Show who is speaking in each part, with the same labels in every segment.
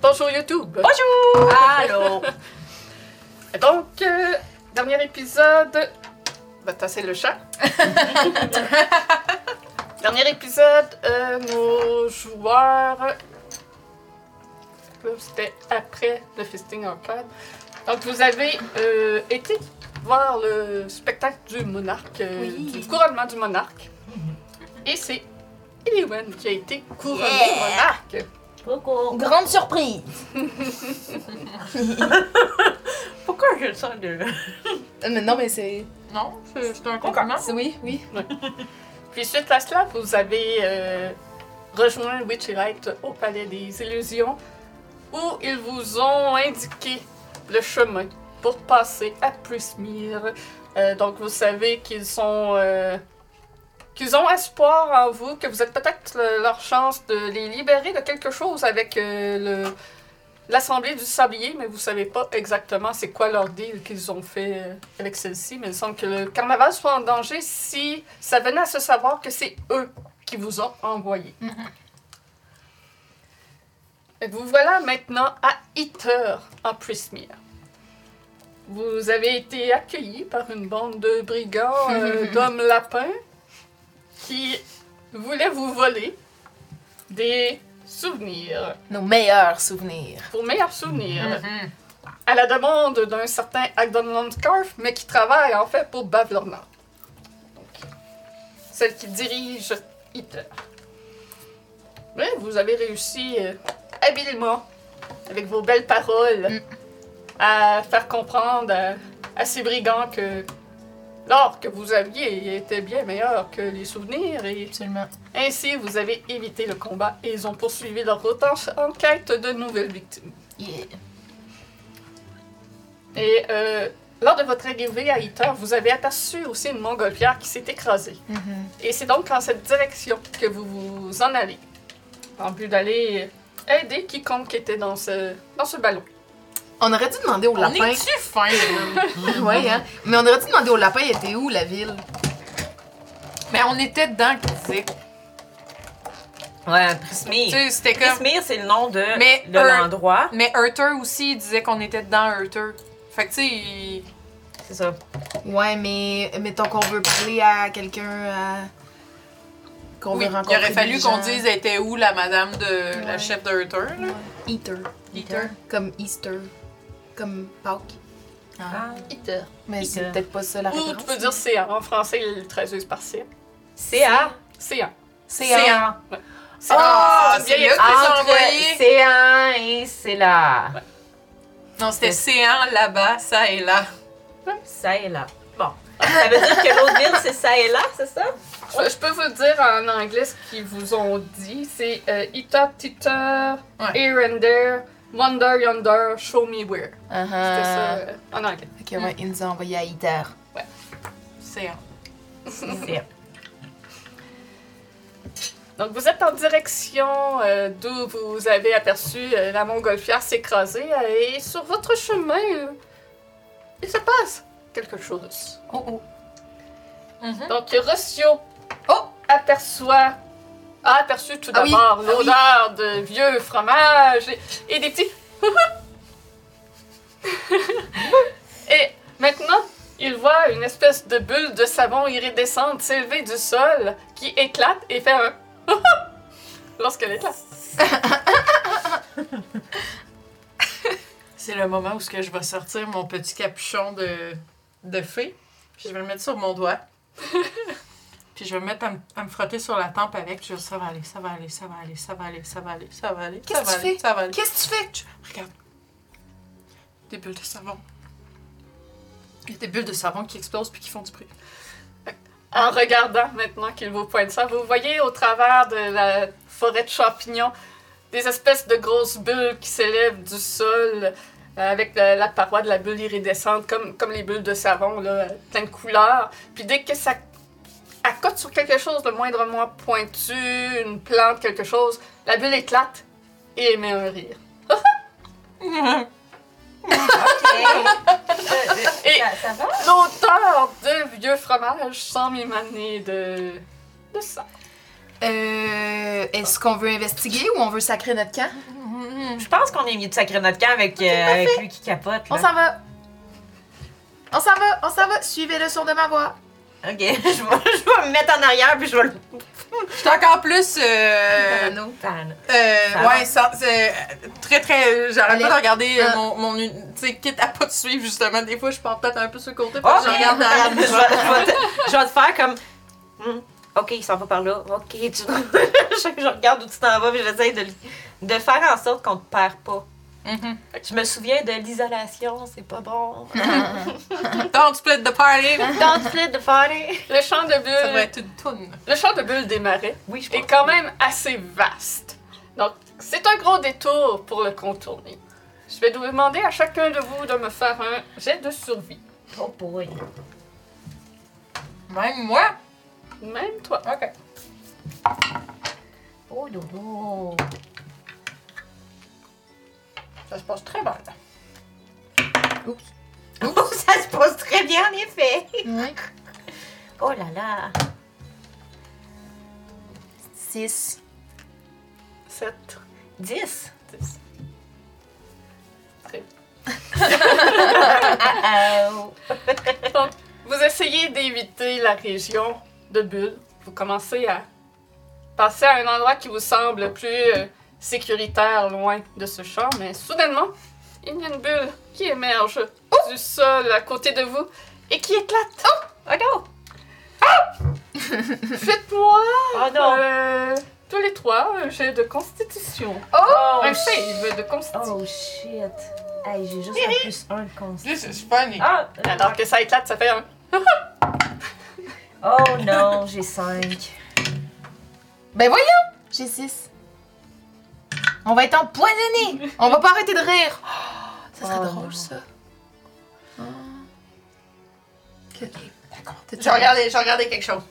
Speaker 1: Bonjour YouTube.
Speaker 2: Bonjour
Speaker 1: Allô. Donc, euh, dernier épisode. Va tasser le chat. dernier épisode, euh, nos joueurs. Là, C'était après le Fisting Arcade. Donc, vous avez euh, été voir le spectacle du monarque, euh,
Speaker 2: Oui.
Speaker 1: du couronnement du monarque. Et c'est Eliwen qui a été couronné
Speaker 2: Yeah.
Speaker 1: monarque.
Speaker 2: Coucou
Speaker 3: Grande surprise
Speaker 2: Pourquoi je le sens de...
Speaker 3: Euh, mais Non mais c'est...
Speaker 2: Non, c'est c'est un compliment.
Speaker 3: c'est- Oui, oui.
Speaker 1: Puis suite à cela, vous avez euh, rejoint Witchlight au Palais des Illusions, où ils vous ont indiqué le chemin pour passer à Prismir. Euh, donc vous savez qu'ils sont... euh, qu'ils ont espoir en vous, que vous êtes peut-être le- leur chance de les libérer de quelque chose avec euh, le- l'Assemblée du Sablier, mais vous savez pas exactement c'est quoi leur deal qu'ils ont fait euh, avec celle-ci. Mais il semble que le carnaval soit en danger si ça venait à se savoir que c'est eux qui vous ont envoyé. Et vous voilà maintenant à Eater, en Prismir. Vous avez été accueillis par une bande de brigands, euh, d'hommes lapins, qui voulaient vous voler des souvenirs,
Speaker 3: Nos meilleurs souvenirs.
Speaker 1: vos meilleurs souvenirs,
Speaker 2: Mm-hmm.
Speaker 1: à la demande d'un certain Agdon Landscarf, mais qui travaille en fait pour Bavlorna. Donc, celle qui dirige Hitler. Mais vous avez réussi euh, habilement, avec vos belles paroles, à faire comprendre à, à ces brigands que l'or que vous aviez était bien meilleur que les souvenirs et
Speaker 3: Absolument.
Speaker 1: ainsi vous avez évité le combat et ils ont poursuivi leur route en- en quête de nouvelles victimes.
Speaker 3: Yeah.
Speaker 1: Et euh, lors de votre arrivée à Iter, vous avez aperçu aussi une montgolfière qui s'est écrasée.
Speaker 3: Mm-hmm.
Speaker 1: Et c'est donc en cette direction que vous vous en allez, en but d'aller aider quiconque qui était dans ce, dans ce ballon.
Speaker 3: On aurait dû demander au
Speaker 2: On
Speaker 3: lapin.
Speaker 2: est-tu fin, là?
Speaker 3: ouais, hein. Mais on aurait dû demander au lapin, il était où la ville
Speaker 2: Mais on était dedans qui disait.
Speaker 4: Ouais,
Speaker 2: Tu
Speaker 4: Prismir.
Speaker 2: sais, c'était comme.
Speaker 4: Prismir, c'est le nom de,
Speaker 2: Mais
Speaker 4: de
Speaker 2: un-
Speaker 4: l'endroit.
Speaker 2: Mais Herter aussi, il disait qu'on était dedans Herter. Fait que tu sais, il-
Speaker 4: C'est ça.
Speaker 3: Ouais, mais mettons qu'on veut parler à quelqu'un à... qu'on
Speaker 2: oui,
Speaker 3: veut rencontrer.
Speaker 2: il aurait fallu
Speaker 3: des
Speaker 2: qu'on
Speaker 3: gens.
Speaker 2: dise elle était où la madame de. la
Speaker 3: Ouais.
Speaker 2: chef de Herter, là.
Speaker 3: Eater.
Speaker 2: Eater.
Speaker 3: Comme Easter. Comme Pâques.
Speaker 1: Iter.
Speaker 3: Mais c'est
Speaker 4: Eater.
Speaker 3: peut-être pas ça la
Speaker 1: Ou tu
Speaker 3: référence.
Speaker 1: peux dire CA. En français, ils traduisent par CA.
Speaker 4: C'est à.
Speaker 1: CA.
Speaker 2: C'est
Speaker 3: C'est
Speaker 2: un-
Speaker 1: C'est
Speaker 2: Ah,
Speaker 1: une
Speaker 2: c'est
Speaker 1: vieille
Speaker 2: là.
Speaker 1: expression.
Speaker 2: Ils ont
Speaker 4: Entre
Speaker 2: envoyé-
Speaker 4: c'est un et c'est là.
Speaker 2: Non, c'était séant là-bas, ça et là.
Speaker 4: Ça et là. Bon. Ça veut dire que l'autre ville, c'est ça et là, c'est ça?
Speaker 1: Je, je peux vous dire en anglais ce qu'ils vous ont dit. C'est euh, Iter, Titer,
Speaker 2: Ouais.
Speaker 1: Here and There, Wonder Yonder, Show Me Where. C'était ça
Speaker 3: ça.
Speaker 1: euh, en anglais.
Speaker 3: Ok, ouais, il nous a envoyé à Eater.
Speaker 2: Séant.
Speaker 4: C'est
Speaker 1: Donc vous êtes en direction euh, d'où vous avez aperçu euh, la montgolfière s'écraser euh, et sur votre chemin, euh, il se passe quelque chose.
Speaker 3: Oh oh.
Speaker 2: Mhm.
Speaker 1: Donc Rossio
Speaker 3: Hein? Oh!
Speaker 1: aperçoit a aperçu tout
Speaker 3: Ah oui,
Speaker 1: d'abord
Speaker 3: ah oui.
Speaker 1: l'odeur de vieux fromage et, et des petits et maintenant il voit une espèce de bulle de savon iridescente s'élever du sol qui éclate et fait un lorsqu'elle éclate.
Speaker 2: C'est le moment où ce que je vais sortir mon petit capuchon de, de fée. Puis je vais le mettre sur mon doigt. puis je vais me mettre à, me- à me frotter sur la tempe avec. Je vais dire, ça va aller, ça va aller, ça va aller, ça va aller, ça va aller, ça va aller. ça
Speaker 3: Qu'est-ce
Speaker 2: va
Speaker 3: que tu
Speaker 2: aller,
Speaker 3: fais?
Speaker 2: Ça va aller.
Speaker 3: Qu'est-ce que tu fais?
Speaker 2: Regarde. Des bulles de savon. Il y a des bulles de savon qui explosent puis qui font du bruit.
Speaker 1: En regardant maintenant qu'il vous pointe ça, vous voyez au travers de la forêt de champignons des espèces de grosses bulles qui s'élèvent du sol euh, avec la, la paroi de la bulle iridescente, comme, comme les bulles de savon, là, euh, plein de couleurs. Puis dès que ça accote sur quelque chose de moindrement pointu, une plante, quelque chose, la bulle éclate et émet un rire. Et-
Speaker 4: ça, ça va?
Speaker 1: L'odeur de vieux fromage semble émaner de, de ça.
Speaker 3: Euh, est-ce qu'on veut investiguer ou on veut sacrer notre camp?
Speaker 2: Mhm. Mhm.
Speaker 4: Je pense qu'on est mieux de sacrer notre camp avec, euh, avec lui qui capote.
Speaker 3: On
Speaker 4: Là.
Speaker 3: s'en va. On s'en va, on s'en va. Suivez le son de ma voix.
Speaker 4: Ok, je vais, je vais me mettre en arrière puis je vais le.
Speaker 2: Je suis encore plus. euh,
Speaker 3: Parano.
Speaker 4: Fan.
Speaker 2: Euh,
Speaker 4: Ça
Speaker 2: ouais, ça, c'est euh, très très. J'arrête
Speaker 3: Allez.
Speaker 2: pas de regarder euh,
Speaker 3: Ah.
Speaker 2: mon. mon uni- tu sais, quitte à pas te suivre justement. Des fois, je pars peut-être un peu sur le côté.
Speaker 4: Oh,
Speaker 2: parce que je regarde derrière
Speaker 4: je, vais,
Speaker 2: moi.
Speaker 4: je vais te, je vais te faire comme. Hmm, Ok, il s'en va par là. Ok, tu. je, je regarde où tu t'en vas puis j'essaie de, de faire en sorte qu'on te perd pas.
Speaker 2: Mhm.
Speaker 4: Je me souviens de l'isolation, c'est pas bon.
Speaker 2: Don't split the party. Euh,
Speaker 4: Don't split the party.
Speaker 1: Le champ de
Speaker 2: ça devrait
Speaker 1: bulles,
Speaker 2: être une toune.
Speaker 1: le champ de bulles des marais
Speaker 4: Oui, je
Speaker 1: est
Speaker 4: pense.
Speaker 1: quand même assez vaste. Donc, c'est un gros détour pour le contourner. Je vais vous demander à chacun de vous de me faire un jet de survie.
Speaker 4: Oh boy.
Speaker 2: Même moi.
Speaker 1: Même toi.
Speaker 2: Ok.
Speaker 4: Oh dodo.
Speaker 2: Ça se passe très bien.
Speaker 4: Oh, ça se passe très bien en effet.
Speaker 3: Oui.
Speaker 4: Oh là là.
Speaker 3: 6.
Speaker 1: 7,
Speaker 4: 10.
Speaker 1: 10.
Speaker 4: Ah oh.
Speaker 1: Vous essayez d'éviter la région de Bulle. Vous commencez à passer à un endroit qui vous semble plus euh, sécuritaire, loin de ce champ, mais soudainement, il y a une bulle qui émerge du sol à côté de vous et qui éclate.
Speaker 4: Oh non.
Speaker 1: Faites-moi
Speaker 4: Oh non.
Speaker 1: euh, tous les trois un jet de constitution.
Speaker 4: Oh,
Speaker 1: un save de constitution.
Speaker 4: Oh shit! Hey, j'ai juste un plus un de constat.
Speaker 2: This is funny.
Speaker 4: Ah!
Speaker 1: Alors que ça éclate, ça fait un.
Speaker 4: Oh non, j'ai 5.
Speaker 3: Ben voyons! J'ai 6. On va être empoisonnés! On va pas arrêter de rire! ça serait
Speaker 4: Oh.
Speaker 3: drôle, ça. Ok. D'accord.
Speaker 2: J'ai regardé, j'ai regardé quelque chose.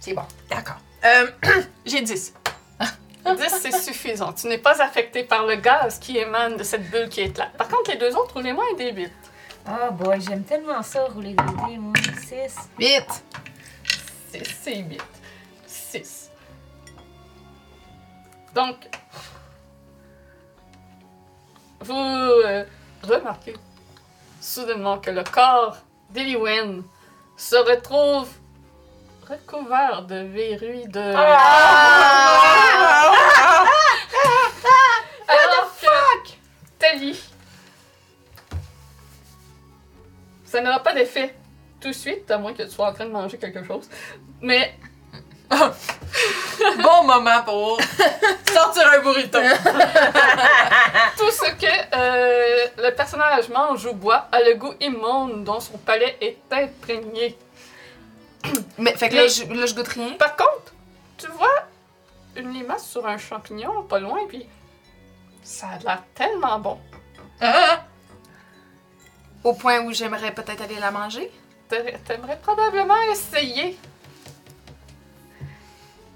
Speaker 2: C'est bon. D'accord. Euh, J'ai 10.
Speaker 1: 10, c'est suffisant. Tu n'es pas affecté par le gaz qui émane de cette bulle qui éclate. Par contre, les deux autres, roulez-moi un débit.
Speaker 4: Oh boy, j'aime tellement ça, rouler des dés, moi. 6.
Speaker 3: Vite!
Speaker 1: 6, c'est 8. 6. Donc, vous euh, remarquez soudainement que le corps d'Eli Wen se retrouve recouvert de verrues de...
Speaker 4: Ah!
Speaker 2: Ah!
Speaker 1: Alors que Tali, ça n'aura pas d'effet tout de suite, à moins que tu sois en train de manger quelque chose. Mais
Speaker 2: Bon moment pour sortir un burrito.
Speaker 1: tout ce que euh, le personnage mange ou boit a le goût immonde dont son palais est imprégné.
Speaker 3: Mais fait que là, je, là, je goûte rien.
Speaker 1: Par contre, tu vois une limace sur un champignon pas loin, puis ça a l'air tellement bon.
Speaker 2: Ah,
Speaker 3: Au point où j'aimerais peut-être aller la manger.
Speaker 1: T'a- T'aimerais probablement essayer.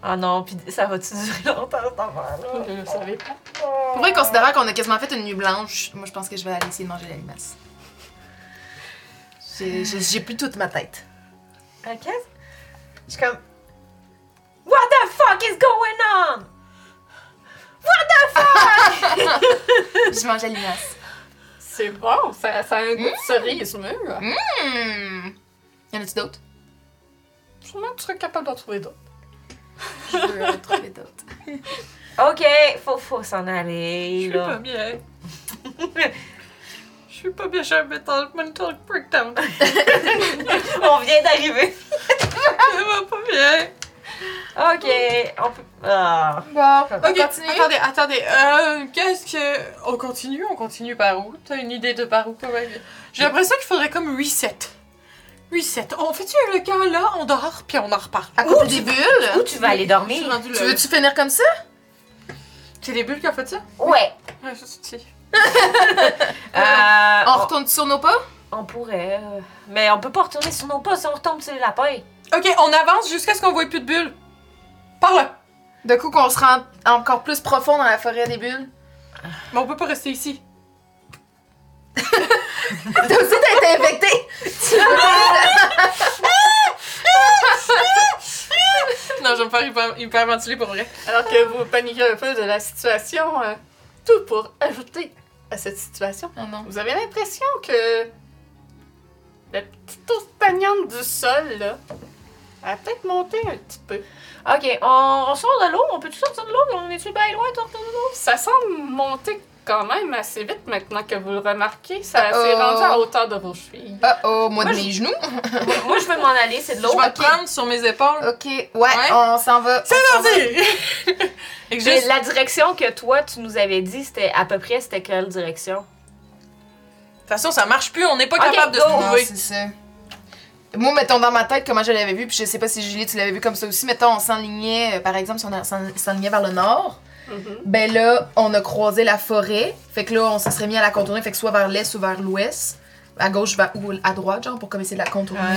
Speaker 4: Oh non, pis ça va-tu durer longtemps, cette affaire-là?
Speaker 1: Vous ne le savez pas.
Speaker 3: Pour vrai, considérant qu'on a quasiment fait une nuit blanche, moi, je pense que je vais aller essayer de manger la limace. J'ai- J'ai j'ai plus toute ma tête.
Speaker 4: Ok? Euh, Je suis comme. What the fuck is going on?
Speaker 3: je mange la limace.
Speaker 1: C'est bon, Mmh. ça, ça a un goût de cerise mûre.
Speaker 3: Hmm. Y en a-tu d'autres?
Speaker 1: Sûrement tu serais capable d'en trouver d'autres.
Speaker 3: Je veux en trouver d'autres.
Speaker 4: Ok, faut, faut s'en
Speaker 2: Je
Speaker 4: aller,
Speaker 2: suis pas
Speaker 4: là.
Speaker 2: bien. Je suis pas bien, j'ai un mental, mental breakdown.
Speaker 4: On vient d'arriver.
Speaker 2: Ça va pas bien.
Speaker 4: Ok, on peut. Ah.
Speaker 3: Bon,
Speaker 2: Ok, attendez, attendez. Euh, Qu'est-ce que. On continue, on continue par où T'as une idée de par où qu'on va aller? J'ai l'impression qu'il faudrait comme reset. Reset. On fait-tu le camp là, on dort, puis on en reparle.
Speaker 3: À côté des bulles?
Speaker 4: Où tu vas aller
Speaker 2: Je suis
Speaker 4: dormir?
Speaker 2: rendue
Speaker 3: Tu
Speaker 2: là.
Speaker 3: veux-tu finir comme ça?
Speaker 2: C'est les bulles qui ont fait ça
Speaker 4: Ouais.
Speaker 2: Ouais, je sais.
Speaker 4: Euh,
Speaker 3: On retourne sur nos pas?
Speaker 4: On pourrait, euh, mais on peut pas retourner sur nos pas si on retombe sur les lapins.
Speaker 2: Ok, on avance jusqu'à ce qu'on voit plus de bulles. Par là.
Speaker 3: De coup qu'on se rend encore plus profond dans la forêt des bulles.
Speaker 2: Mais on peut pas rester ici.
Speaker 3: T'as aussi été infectée!
Speaker 2: Non, non, je vais me faire hyper, hyperventiler pour vrai.
Speaker 1: Alors que vous paniquez un peu de la situation, euh, tout pour ajouter à cette situation.
Speaker 3: Oh non.
Speaker 1: Vous avez l'impression que la petite ours stagnante du sol, là, a peut-être monté un petit peu.
Speaker 4: Ok, on, on sort de l'eau, on peut-tu sortir de l'eau? On est-tu bien loin de sortir de l'eau?
Speaker 1: Ça semble monter quand même assez vite maintenant que vous le remarquez. Ça s'est
Speaker 3: Uh-oh.
Speaker 1: rendu à hauteur de vos chevilles.
Speaker 3: Oh oh, moi de
Speaker 4: Moi,
Speaker 3: mes genoux.
Speaker 4: Moi- Moi, je veux m'en aller, c'est de
Speaker 2: Je vais
Speaker 4: l'eau.
Speaker 2: te prendre sur mes épaules.
Speaker 3: Ok, ouais, on s'en va.
Speaker 2: C'est parti! Et que
Speaker 4: Mais
Speaker 2: juste-
Speaker 4: La direction que toi, tu nous avais dit, c'était à peu près, c'était quelle direction?
Speaker 2: De toute façon, ça marche plus, on n'est pas
Speaker 4: Ok,
Speaker 2: capable de
Speaker 4: go.
Speaker 2: se
Speaker 3: Non,
Speaker 2: trouver.
Speaker 3: Ah, c'est ça. Moi, mettons dans ma tête comment je l'avais vu, puis je sais pas si Julie, tu l'avais vu comme ça aussi. Mettons, on s'enlignait, euh, par exemple, si on a- s'en- s'enlignait vers le nord,
Speaker 1: Mhm.
Speaker 3: ben là, on a croisé la forêt. Fait que là, on se serait mis à la contourner, fait que soit vers l'est ou vers l'ouest. À gauche vers- ou à droite, genre, pour comme essayer de la contourner.
Speaker 2: Ouais.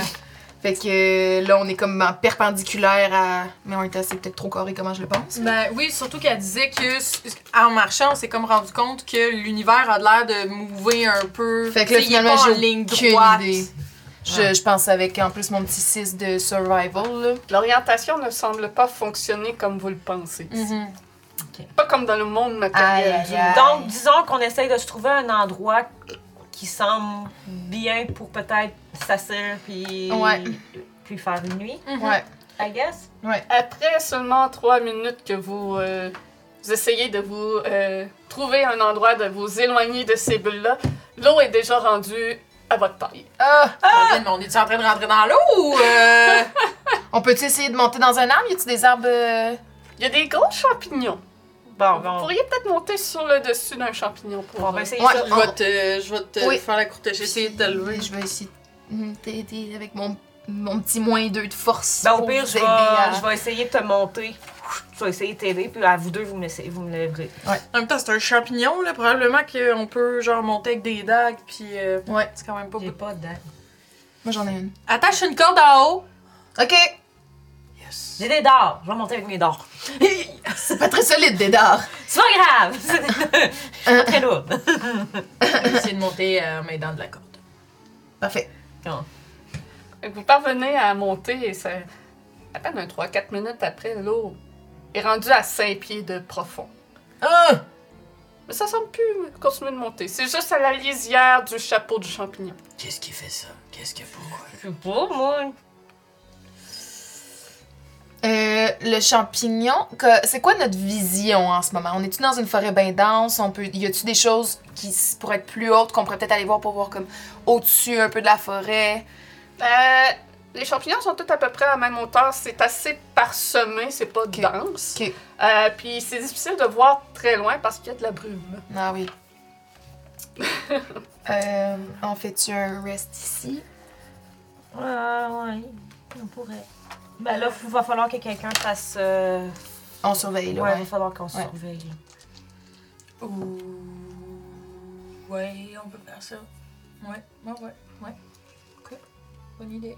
Speaker 3: Fait que euh, là, on est comme en perpendiculaire à. Mais on était assez peut-être trop carré, comment je le pense.
Speaker 2: Ben oui, surtout qu'elle disait que s- en marchant, on s'est comme rendu compte que l'univers a l'air de mouver un peu.
Speaker 3: Fait que là,
Speaker 2: Tu sais, il est
Speaker 3: finalement,
Speaker 2: pas
Speaker 3: j'ai
Speaker 2: en ligne
Speaker 3: aucune
Speaker 2: droite.
Speaker 3: idée. Je, je pense avec en plus mon petit 6 de survival, là.
Speaker 1: L'orientation ne semble pas fonctionner comme vous le pensez.
Speaker 2: Mhm.
Speaker 1: Pas comme dans le monde matériel.
Speaker 3: Aïe,
Speaker 1: du
Speaker 3: aïe, aïe.
Speaker 4: Donc, disons qu'on essaye de se trouver un endroit qui semble bien pour peut-être s'asseoir puis,
Speaker 3: Ouais.
Speaker 4: puis faire une nuit,
Speaker 2: Mhm.
Speaker 3: Ouais.
Speaker 4: I guess.
Speaker 1: Après seulement trois minutes que vous, euh, vous essayez de vous euh, trouver un endroit, de vous éloigner de ces bulles-là, l'eau est déjà rendue à votre taille.
Speaker 3: Ah!
Speaker 2: Colin, mais on est-tu en train de rentrer dans l'eau ou. euh,
Speaker 3: On peut-tu essayer de monter dans un arbre? Y a-tu des arbres. euh,
Speaker 1: Il y a des gros champignons.
Speaker 4: Ah Bon, Ah ben,
Speaker 1: Vous
Speaker 4: bon.
Speaker 1: pourriez peut-être monter sur le dessus d'un champignon pour...
Speaker 4: On va
Speaker 1: euh,
Speaker 4: essayer
Speaker 3: Ouais.
Speaker 4: ça.
Speaker 2: Je vais te, je vais te
Speaker 3: Oui.
Speaker 2: faire la courte échelle, essayer de te lever.
Speaker 3: Je vais essayer de t'aider avec mon, mon petit moins 2 de force.
Speaker 4: Ben, au
Speaker 3: pour
Speaker 4: pire,
Speaker 3: vous
Speaker 4: je vais,
Speaker 3: aider à-
Speaker 4: je vais essayer de te monter. Je vais essayer de t'aider, puis à vous deux, vous me, laissez- vous me lèverez.
Speaker 2: En même temps, c'est un champignon, là. Probablement qu'on peut, genre, monter avec des dagues, puis. euh,
Speaker 3: Ouais.
Speaker 2: C'est quand même pas
Speaker 4: J'ai
Speaker 2: beaucoup.
Speaker 4: pas de dents.
Speaker 3: Moi, j'en ai une.
Speaker 2: Attache une corde en haut.
Speaker 3: Ok!
Speaker 2: Yes.
Speaker 4: J'ai des dards. Je vais monter avec mes dards.
Speaker 3: C'est pas très solide, Dédard.
Speaker 4: C'est pas grave. C'est pas très lourd.
Speaker 2: essayer de monter euh, en m'aidant de la corde.
Speaker 3: Parfait.
Speaker 1: euh, Vous parvenez à monter et ça... À peine un 3-4 minutes après, l'eau est rendue à 5 pieds de profond.
Speaker 2: Ah!
Speaker 1: Mais ça semble plus continuer de monter. C'est juste à la lisière du chapeau du champignon.
Speaker 2: Qu'est-ce qui fait ça? Qu'est-ce que pourquoi?
Speaker 4: Je sais pas, moi.
Speaker 3: Euh, le champignon, que- c'est quoi notre vision en ce moment? On est-tu dans une forêt bien dense? On peut, y a-tu des choses qui s- pourraient être plus hautes qu'on pourrait peut-être aller voir pour voir comme au-dessus un peu de la forêt?
Speaker 1: Euh, les champignons sont tous à peu près à la même hauteur. C'est assez parsemé, c'est pas dense.
Speaker 3: Ok.
Speaker 1: Euh, puis c'est difficile de voir très loin parce qu'il y a de la brume.
Speaker 3: Ah oui. euh, on fait-tu un rest ici?
Speaker 4: Ah ouais, on pourrait. Ben là, il va falloir que quelqu'un fasse. euh,
Speaker 3: On surveille
Speaker 4: Ouais,
Speaker 3: là. Ouais.
Speaker 4: il va falloir qu'on se
Speaker 3: Ouais.
Speaker 4: surveille.
Speaker 2: Ouh. Ouais, on peut faire ça. Ouais, ouais, ouais, ouais. Ok, bonne idée.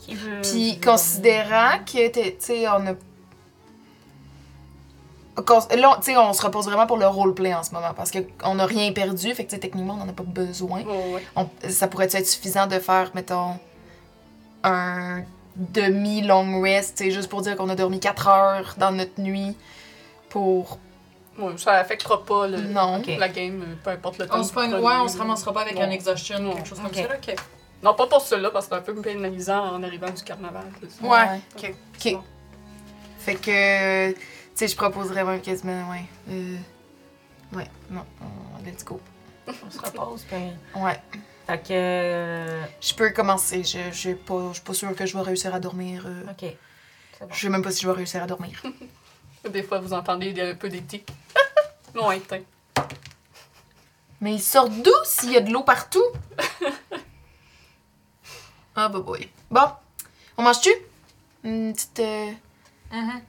Speaker 4: Qui veut.
Speaker 3: Puis considérant que t'es- tu sais, on a. Cons- Là, on- tu sais, on se repose vraiment pour le roleplay en ce moment parce qu'on n'a rien perdu, fait que tu sais, techniquement, on n'en a pas besoin.
Speaker 1: Oh, ouais.
Speaker 3: On- ça pourrait être suffisant de faire, mettons, un demi-long rest, tu sais, juste pour dire qu'on a dormi 4 heures dans notre nuit pour.
Speaker 1: Ouais, ça affectera pas le-
Speaker 3: Non.
Speaker 4: Ok.
Speaker 1: la game, euh, peu importe le temps.
Speaker 2: On se
Speaker 1: que vous
Speaker 2: pogne-
Speaker 1: prenez,
Speaker 2: ouais, on se
Speaker 1: là.
Speaker 2: ramassera pas avec
Speaker 1: Non.
Speaker 2: un exhaustion ou
Speaker 1: Non.
Speaker 2: quelque chose comme
Speaker 4: Ok.
Speaker 2: ça, là. ok.
Speaker 1: Non, pas pour ceux-là, parce que c'est un peu pénalisant en arrivant du carnaval. tout ça.
Speaker 2: Ouais. ok.
Speaker 3: Ok. Fait que. Tu sais, je proposerais même quasiment, ouais. euh, ouais, non, on- let's go.
Speaker 4: On se repose, ben.
Speaker 3: Ouais.
Speaker 4: Fait que. euh,
Speaker 3: Je peux commencer. Je je suis pas, je suis pas sûre que je vais réussir à dormir. euh,
Speaker 4: Ok. C'est bon.
Speaker 3: Je sais même pas si je vais réussir à dormir.
Speaker 1: Des fois, vous entendez des- un peu des tics lointains.
Speaker 3: Mais ils sortent d'où s'il y a de l'eau partout? Ah, bah boy. Bon, on mange-tu? Une petite. euh,
Speaker 2: Mhm.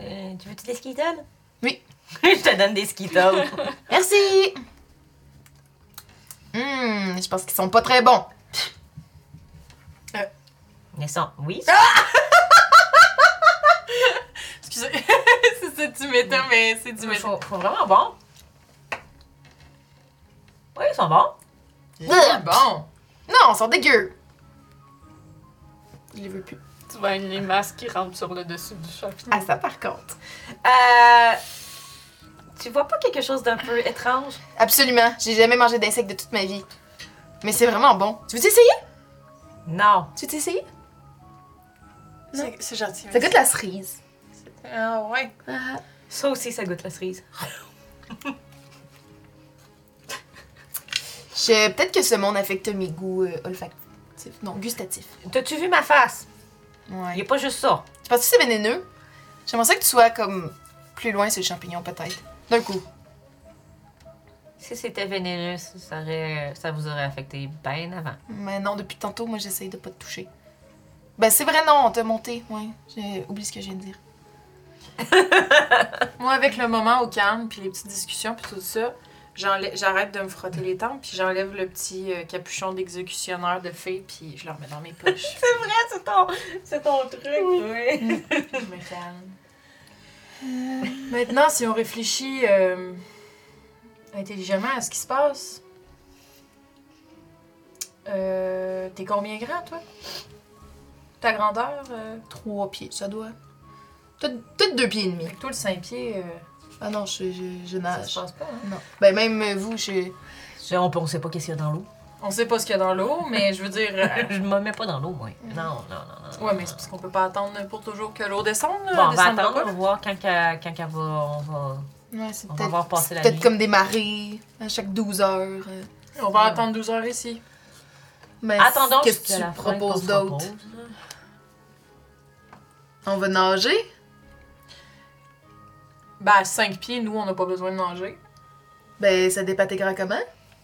Speaker 4: Euh, tu veux-tu des skittles?
Speaker 3: Oui.
Speaker 4: je te donne des skittles.
Speaker 3: Merci! Hum, je pense qu'ils sont pas très bons.
Speaker 4: Mais ça, oui.
Speaker 3: Ah!
Speaker 2: Excusez, c'est ça, tu m'étonnes, mais c'est du
Speaker 4: Ils
Speaker 2: métal.
Speaker 4: sont, sont vraiment bons. Oui, ils sont bons.
Speaker 2: C'est bon!
Speaker 3: Non, ils sont dégueux! Je les veux plus.
Speaker 1: tu vois une limace qui rentre sur le dessus du champignon.
Speaker 3: Ah, ça par contre.
Speaker 4: Euh, tu vois pas quelque chose d'un peu étrange?
Speaker 3: Absolument. J'ai jamais mangé d'insectes de toute ma vie. Mais c'est vraiment bon. Tu veux t'essayer?
Speaker 4: Non.
Speaker 3: Tu veux t'essayer? Non.
Speaker 2: C'est- C'est gentil.
Speaker 3: Ça goûte la cerise.
Speaker 2: Ah ouais.
Speaker 4: Ça aussi, ça goûte la cerise.
Speaker 3: Je... Peut-être que ce monde affecte mes goûts euh, olfactifs. Non, gustatifs.
Speaker 4: T'as-tu vu ma face? Il
Speaker 3: Ouais.
Speaker 4: a pas juste ça.
Speaker 3: Tu penses que c'est vénéneux? J'aimerais ça que tu sois comme plus loin sur les champignons, peut-être. D'un coup.
Speaker 4: Si c'était vénéneux, ça, aurait- ça vous aurait affecté bien avant.
Speaker 3: Mais non, depuis tantôt, moi, j'essaye de pas te toucher. Ben, c'est vrai, non, on t'a monté. Ouais. J'ai oublié ce que je viens de dire.
Speaker 2: Moi, avec le moment au calme, puis les petites discussions, puis tout ça, j'enlè- j'arrête de me frotter les tempes, puis j'enlève le petit euh, capuchon d'exécutionneur de fée, puis je le remets dans mes poches.
Speaker 4: C'est vrai, c'est ton, c'est ton truc. Oui.
Speaker 2: je me calme. Maintenant, si on réfléchit euh, intelligemment à ce qui se passe, euh, t'es combien grand, toi? Ta grandeur? euh?
Speaker 3: Trois pieds, ça doit. Peut-être peut-être deux pieds et demi.
Speaker 2: Fait que toi, le 5 pieds, euh,
Speaker 3: Ah non, je, je, je
Speaker 2: ça se
Speaker 3: nage.
Speaker 2: passe pas, hein?
Speaker 3: Non. Ben, même euh, vous, je.
Speaker 4: On, peut- on sait pas qu'est-ce qu'il y a dans l'eau.
Speaker 2: On sait pas ce qu'il y a dans l'eau, mais je veux dire... euh,
Speaker 4: Je me mets pas dans l'eau, moi. Non, non, non, non.
Speaker 2: Ouais, mais c'est parce qu'on peut pas attendre pour toujours que l'eau descende. Là,
Speaker 4: Bon, on va
Speaker 2: Descendra
Speaker 4: attendre,
Speaker 2: pas,
Speaker 4: on va voir quand, qu'elle- quand qu'elle va, on va...
Speaker 3: Ouais, c'est
Speaker 4: On va
Speaker 3: peut-être.
Speaker 4: voir passer la
Speaker 3: c'est peut-être
Speaker 4: nuit.
Speaker 3: comme des marées à chaque 12 heures. euh.
Speaker 2: là. On va attendre 12 heures ici.
Speaker 3: Mais
Speaker 2: Ben,
Speaker 4: Attendons
Speaker 3: qu'est-ce
Speaker 4: jusqu'à
Speaker 3: que
Speaker 4: la
Speaker 3: tu
Speaker 4: fin qu'on
Speaker 3: proposes
Speaker 4: se
Speaker 3: d'autre
Speaker 4: propose, là.
Speaker 3: On va nager
Speaker 2: Ben, à 5 pieds, nous, on n'a pas besoin de manger.
Speaker 3: Ben, ça dépend tes grands comment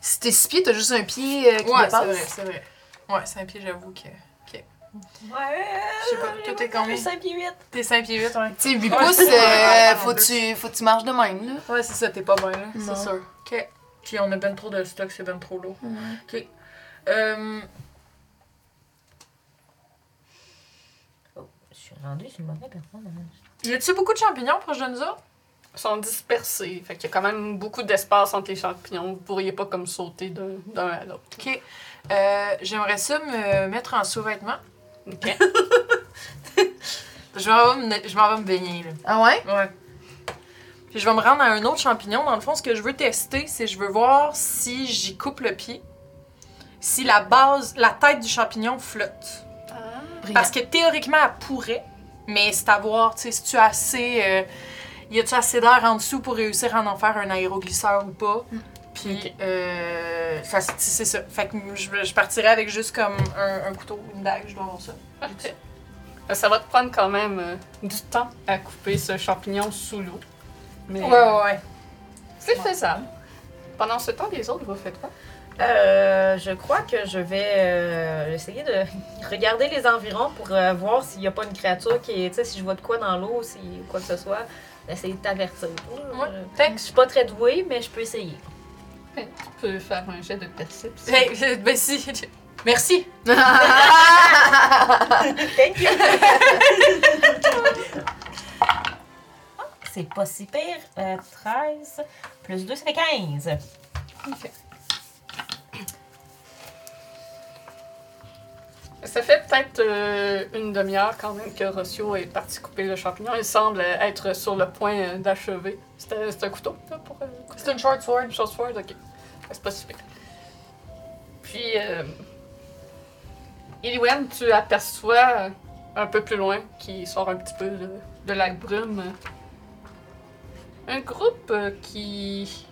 Speaker 3: Si t'es six pieds, t'as juste un pied euh, qui
Speaker 2: Ouais, c'est
Speaker 3: dépasse.
Speaker 2: vrai, c'est vrai. Ouais, 5 pieds, j'avoue que.
Speaker 4: Ah, Ouais.
Speaker 2: Je sais pas, toi, t'es combien
Speaker 4: 5 pieds 8.
Speaker 2: T'es 5 pieds 8, ouais.
Speaker 3: Tu sais, 8
Speaker 2: Ouais,
Speaker 3: pouces,
Speaker 2: c'est vrai.
Speaker 3: euh, faut, que tu, faut que tu marches de même, là.
Speaker 2: Ouais, c'est ça, t'es pas bien, là.
Speaker 3: Non.
Speaker 2: C'est sûr. Ok. Puis on a ben trop de stock, c'est ben trop lourd. Ok. Euh,
Speaker 4: Je suis rendue sur le mauvais personne. hein.
Speaker 2: y a-tu beaucoup de champignons proche de nous autres?
Speaker 1: Ils sont dispersés, fait qu'il y a quand même beaucoup d'espace entre les champignons. Vous pourriez pas comme sauter d'un d'un à l'autre.
Speaker 2: Ok. Euh, J'aimerais ça me mettre en sous-vêtements.
Speaker 1: Ok.
Speaker 2: Je m'en vais me- je m'en vais me baigner, là.
Speaker 3: Ah ouais
Speaker 2: Ouais. Puis je vais me rendre à un autre champignon. Dans le fond, ce que je veux tester, c'est je veux voir si j'y coupe le pied, si la base, la tête du champignon flotte.
Speaker 1: Ah.
Speaker 3: Brillant.
Speaker 2: Parce que théoriquement, elle pourrait, mais c'est à voir, tu sais, si tu as assez. euh, y a-tu assez d'air en dessous pour réussir à en faire un aéroglisseur ou pas? Puis,
Speaker 1: Ok.
Speaker 2: euh, fait- c'est- c'est ça. Fait que je, je partirais avec juste comme un, un couteau, une dague, je dois avoir ça.
Speaker 1: Parfait. Euh, Ça va te prendre quand même euh, du temps à couper ce champignon sous l'eau. Mais euh,
Speaker 2: ouais.
Speaker 1: c'est faisable. Pendant ce temps, les autres, vous faites quoi?
Speaker 4: Euh, je crois que je vais euh, essayer de regarder les environs pour euh, voir s'il n'y a pas une créature qui est. Tu sais, si je vois de quoi dans l'eau, si quoi que ce soit, essayer de t'avertir.
Speaker 2: Ouais.
Speaker 4: Euh,
Speaker 2: Thanks.
Speaker 4: Je suis pas très douée, mais je peux essayer.
Speaker 1: Tu peux faire un jet de perception.
Speaker 2: Hey, euh, ben si. Merci.
Speaker 4: Thank you! Ah, C'est pas si pire. Euh, 13 plus 2, ça fait 15.
Speaker 1: Ça fait peut-être euh, une demi-heure quand même que Rossio est parti couper le champignon. Il semble euh, être sur le point euh, d'achever. C'était c'est un couteau là, pour euh, couper
Speaker 2: C'est une short sword.
Speaker 1: une chose forte, ok. C'est pas super. Puis, euh, Iliwen, tu aperçois euh, un peu plus loin, qui sort un petit peu de, de la brume, euh, un groupe euh, qui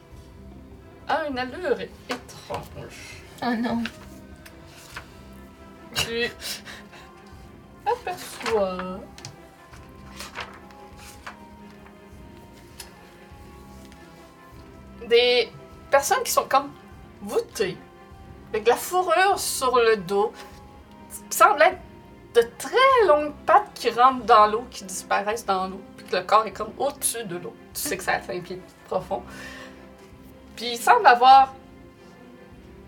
Speaker 1: a une allure étrange.
Speaker 3: oh non.
Speaker 1: Tu aperçois des personnes qui sont comme voûtées, avec de la fourrure sur le dos, qui semblent être de très longues pattes qui rentrent dans l'eau, qui disparaissent dans l'eau, puis que le corps est comme au-dessus de l'eau. Tu sais que ça fait un pied profond. Puis il semble avoir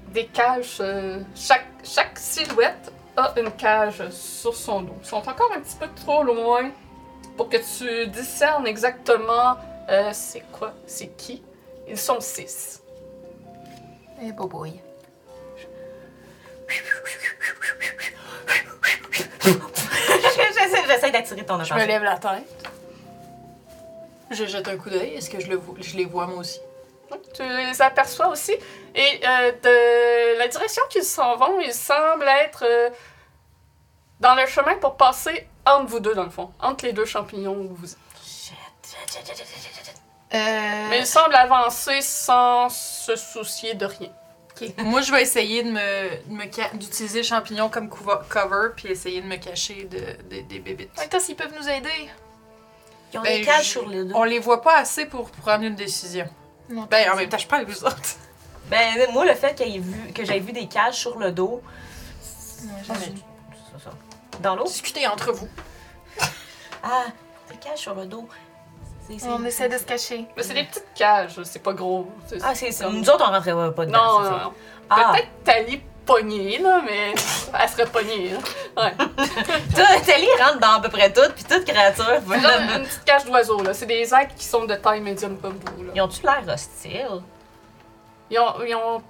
Speaker 1: des cages. euh, chaque, chaque silhouette a une cage sur son dos. Ils sont encore un petit peu trop loin pour que tu discernes exactement euh, c'est quoi, c'est qui. Ils sont six.
Speaker 3: Eh, beau boy.
Speaker 4: J'essaie d'attirer ton
Speaker 1: Je
Speaker 4: attention.
Speaker 1: me lève la tête.
Speaker 2: Je jette un coup d'œil. Est-ce que je, le vo- je les vois moi aussi?
Speaker 1: Tu les aperçois aussi. Et euh, de la direction qu'ils s'en vont, ils semblent être euh, dans le chemin pour passer entre vous deux, dans le fond. Entre les deux champignons où vous êtes.
Speaker 4: Shit, shit, shit, shit, shit, shit, shit, shit.
Speaker 1: Mais
Speaker 3: Euh,
Speaker 1: ils semblent avancer sans se soucier de rien.
Speaker 2: moi, je vais essayer de me, de me ca- d'utiliser le champignon comme couva- cover puis essayer de me cacher de- de- des bébites.
Speaker 3: attends, s'ils peuvent nous aider.
Speaker 4: Ils ont
Speaker 2: Ben,
Speaker 4: des cages
Speaker 2: je-
Speaker 4: sur les deux.
Speaker 2: On les voit pas assez pour prendre une décision.
Speaker 3: Non,
Speaker 2: Ben, en même temps, je parle aux autres.
Speaker 4: Ben, moi, le fait qu'il y ait vu, que j'aie vu des cages sur le dos,
Speaker 3: Ouais,
Speaker 4: Ah,
Speaker 3: je-
Speaker 4: mais- ça, ça. dans l'eau.
Speaker 2: Discutez entre vous.
Speaker 4: Ah, des cages sur le dos. C'est- c'est-
Speaker 3: On essaie de se cacher.
Speaker 1: Mais c'est des petites cages, c'est pas gros. C'est-
Speaker 4: Euh. Ah, c'est ça. Nous autres, on rentrait pas dedans.
Speaker 1: non,
Speaker 4: c'est
Speaker 1: non,
Speaker 4: ça.
Speaker 1: non.
Speaker 4: Ah,
Speaker 1: Peut-être Tali pognée, là, mais elle serait pognée. hein. là.
Speaker 4: tout, Tali rentre dans à peu près tout, puis toute créature.
Speaker 1: C'est genre une petite cage d'oiseau, là. C'est des êtres qui sont de taille médium comme vous, là.
Speaker 4: Ils ont-tu l'air hostiles?
Speaker 1: Ils ont, ils ont-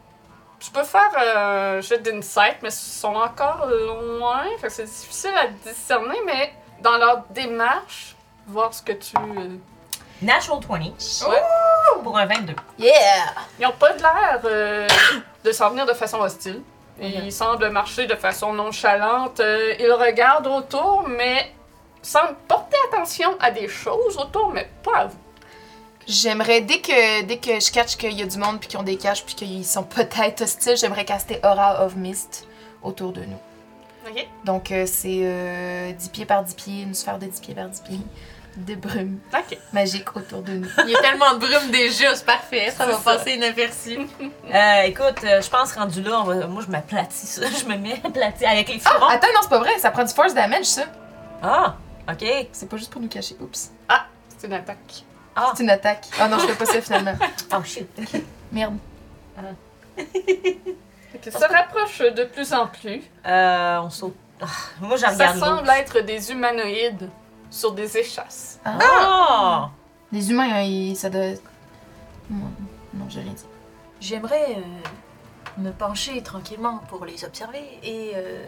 Speaker 1: Je peux faire euh, un jet d'insight, mais ils sont encore loin. Fait que c'est difficile à discerner, mais dans leur démarche, voir ce que tu. euh,
Speaker 4: Natural 20.
Speaker 1: Ouais.
Speaker 4: Pour un 22.
Speaker 3: Yeah!
Speaker 1: Ils ont pas de l'air euh, de s'en venir de façon hostile. Et
Speaker 4: Ok.
Speaker 1: Ils semblent marcher de façon nonchalante. Euh, ils regardent autour, mais semblent porter attention à des choses autour, mais pas à vous.
Speaker 3: J'aimerais, dès que, dès que je catch qu'il y a du monde, puis qu'ils ont des caches, puis qu'ils sont peut-être hostiles, j'aimerais caster Aura of Mist autour de nous. Donc, euh, c'est euh, 10 pieds par 10 pieds, une sphère de 10 pieds par 10 pieds de brume
Speaker 1: Ok.
Speaker 3: magique autour de nous.
Speaker 2: Il y a tellement de brume déjà, c'est parfait. Ça
Speaker 1: C'est
Speaker 2: va
Speaker 1: ça.
Speaker 2: passer inaperçu.
Speaker 4: Euh, écoute, euh, je pense rendu là, on va- moi je m'aplatis ça. Je me mets aplatie avec les
Speaker 1: Oh.
Speaker 4: furons.
Speaker 1: Ah!
Speaker 3: Attends, non, c'est pas vrai, ça prend du force damage, ça.
Speaker 4: Ah, ok.
Speaker 3: C'est pas juste pour nous cacher. Oups.
Speaker 1: C'est une attaque.
Speaker 4: Ah,
Speaker 3: C'est une attaque. Oh non, je fais pas ça finalement.
Speaker 4: oh shit.
Speaker 3: Merde.
Speaker 1: Ils se rapprochent de plus en plus.
Speaker 4: Euh, on saute. Ah, moi j'en
Speaker 1: Ça
Speaker 4: regarde l'eau.
Speaker 1: semble être des humanoïdes sur des échasses.
Speaker 4: Ah!
Speaker 3: Les humains, hein, ils- ça doit. Non, non, j'ai rien dit.
Speaker 5: J'aimerais euh, me pencher tranquillement pour les observer et euh,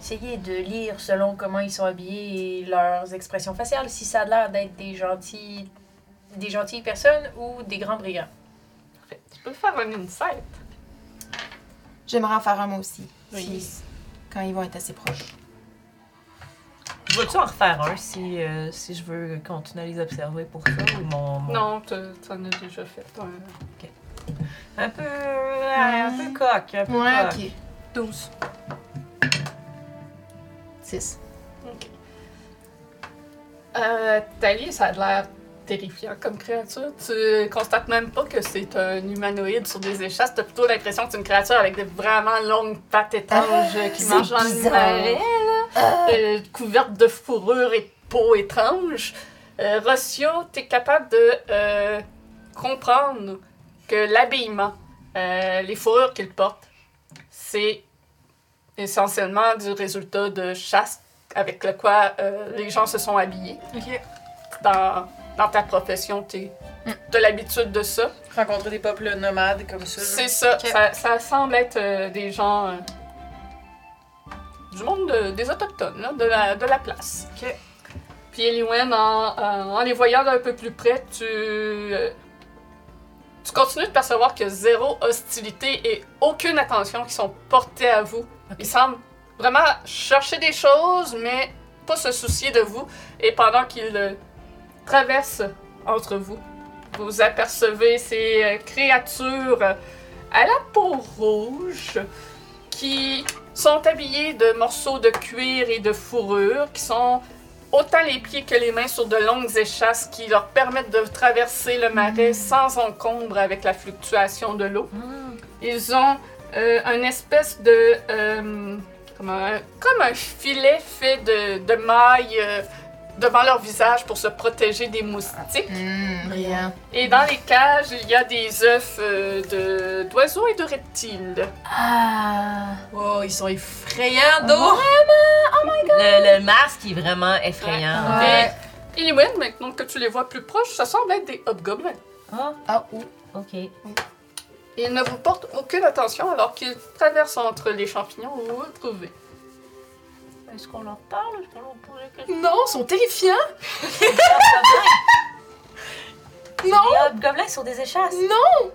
Speaker 5: essayer de lire selon comment ils sont habillés et leurs expressions faciales, si ça a l'air d'être des gentils, des gentilles personnes ou des grands brigands.
Speaker 1: Tu peux faire un insight.
Speaker 3: J'aimerais en faire un moi aussi.
Speaker 1: Oui.
Speaker 3: si- quand ils vont être assez proches.
Speaker 4: Je Veux-tu en refaire un si, euh, si je veux continuer à les observer pour ça ou mon. mon-
Speaker 1: Non, tu en as déjà fait un.
Speaker 4: Un peu. euh, Un peu coq. Un peu
Speaker 3: Ouais,
Speaker 4: coq.
Speaker 3: ok.
Speaker 2: 12.
Speaker 3: 6.
Speaker 1: Ok. Euh, Thalie, ça a l'air terrifiant comme créature. Tu constates même pas que c'est un humanoïde sur des échasses. T'as plutôt l'impression que c'est une créature avec des vraiment longues pattes étanches qui
Speaker 3: c'est
Speaker 1: marche dans le
Speaker 3: bizarre.
Speaker 1: marais, là. Euh, couverte de fourrure et de peau étrange. Euh, Rossio, t'es capable de euh, comprendre que l'habillement, euh, les fourrures qu'il porte, c'est essentiellement du résultat de chasse avec le quoi euh, les gens se sont habillés.
Speaker 2: Ok.
Speaker 1: Dans, dans ta profession, t'es
Speaker 3: Mm.
Speaker 1: de l'habitude de ça.
Speaker 2: Rencontrer des peuples nomades comme ça.
Speaker 1: C'est ça,
Speaker 2: Ok.
Speaker 1: ça. ça semble être euh, des gens euh, du monde de- des Autochtones, là, de, la, de la place.
Speaker 2: Ok.
Speaker 1: Puis Eliwen, en, en- en les voyant d'un peu plus près, tu, euh, tu continues de percevoir qu'il y a zéro hostilité et aucune attention qui sont portées à vous. Ils semblent vraiment chercher des choses, mais pas se soucier de vous. Et pendant qu'ils euh, traversent entre vous, vous apercevez ces euh, créatures euh, à la peau rouge qui sont habillées de morceaux de cuir et de fourrure qui sont autant les pieds que les mains sur de longues échasses qui leur permettent de traverser le marais sans encombre avec la fluctuation de l'eau. Ils ont euh, une espèce de... euh, comment- un- comme un filet fait de, de mailles euh, devant leur visage pour se protéger des moustiques.
Speaker 3: Hum, brillant.
Speaker 1: Et dans les cages, il y a des œufs euh, de- d'oiseaux et de reptiles.
Speaker 3: Ah.
Speaker 2: Wow, Oh, ils sont effrayants d'eau.
Speaker 4: Le, le masque est vraiment effrayant.
Speaker 3: oh Ouais.
Speaker 1: Mais Et les moines, maintenant que tu les vois plus proches, ça semble être des hobgoblins.
Speaker 4: Ah,
Speaker 3: Ah, ouh.
Speaker 4: ok.
Speaker 1: Ils ne vous portent aucune attention alors qu'ils traversent entre les champignons où vous vous trouvez.
Speaker 5: Est-ce qu'on leur parle Est-ce qu'on leur pose des questions
Speaker 3: Non, ils sont terrifiants. Non,
Speaker 4: Les hobgoblins sont des échasses.
Speaker 3: non.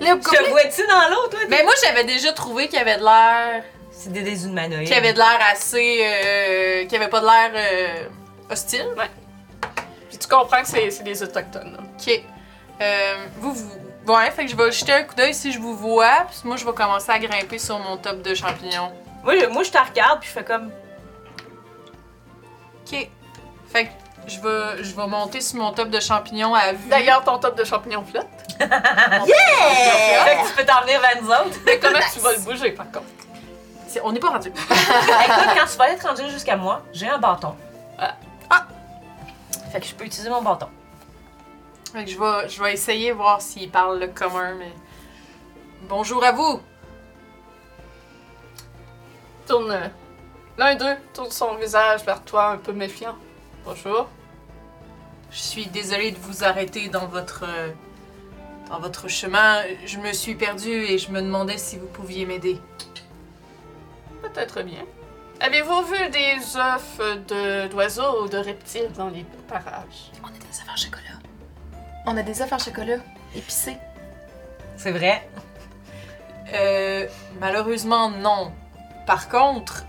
Speaker 3: Les hobgoblins-
Speaker 4: Je vois-tu dans l'eau, toi?
Speaker 2: Mais Ben, moi, j'avais déjà trouvé qu'il y avait de l'air.
Speaker 4: C'est des, des humanoïdes.
Speaker 2: Qu'il y avait de l'air assez. euh, qu'il y avait pas de l'air euh, hostile.
Speaker 1: Puis tu comprends que c'est c'est des autochtones. hein. là.
Speaker 2: Ok. Euh, vous, vous. Ouais, fait que je vais jeter un coup d'œil si je vous vois. Puis moi, je vais commencer à grimper sur mon top de champignons.
Speaker 4: Moi, je, moi, je te regarde, puis je fais comme.
Speaker 2: Ok. Fait que je vais, je vais monter sur mon top de champignons à vue.
Speaker 1: D'ailleurs, ton top de champignons flotte.
Speaker 4: Fait que tu peux t'en venir vers nous autres.
Speaker 1: Mais comment tu
Speaker 3: Nice.
Speaker 1: vas le bouger, par contre?
Speaker 2: C'est- on n'est pas rendu.
Speaker 4: Écoute, quand tu vas être rendu jusqu'à moi, j'ai un bâton.
Speaker 1: Ah.
Speaker 4: Fait que je peux utiliser mon bâton.
Speaker 2: Fait que je vais, je vais essayer voir s'il parle le commun, mais. Bonjour à vous!
Speaker 1: Tourne. euh, L'un d'eux tourne son visage vers toi, un peu méfiant. Bonjour.
Speaker 2: Je suis désolée de vous arrêter dans votre. euh, dans votre chemin. Je me suis perdue et je me demandais si vous pouviez m'aider.
Speaker 1: Peut-être bien. Avez-vous vu des œufs de- d'oiseaux ou de reptiles dans les parages?
Speaker 3: On a des affaires chocolat. On a des affaires chocolat épicées.
Speaker 4: C'est vrai.
Speaker 2: Euh, malheureusement, non. Par contre,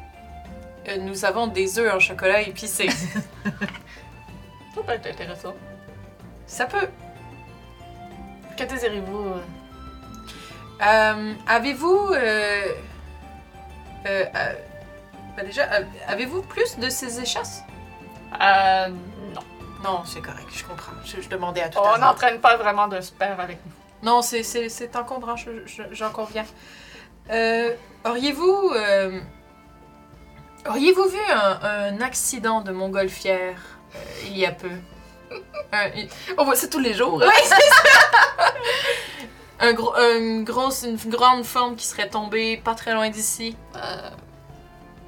Speaker 2: euh, nous avons des œufs en chocolat épicé.
Speaker 1: Ça peut être intéressant.
Speaker 2: Ça peut.
Speaker 1: Que désirez-vous? euh?
Speaker 2: Euh, avez-vous. euh, euh, euh, bah déjà, euh, avez-vous plus de ces échasses?
Speaker 1: Euh, non.
Speaker 2: Non, c'est correct, je comprends. Je, je demandais à tout
Speaker 1: On
Speaker 2: hasard.
Speaker 1: n'entraîne pas vraiment de sperme avec nous.
Speaker 2: Non, c'est- c'est c'est encombrant, je- je- j'en conviens. Euh, auriez-vous. euh, auriez-vous vu un, un accident de montgolfière euh, il y a peu Un- il- On voit ça tous les jours. Oui, c'est ça un gros, une, grosse, une grande forme qui serait tombée pas très loin d'ici.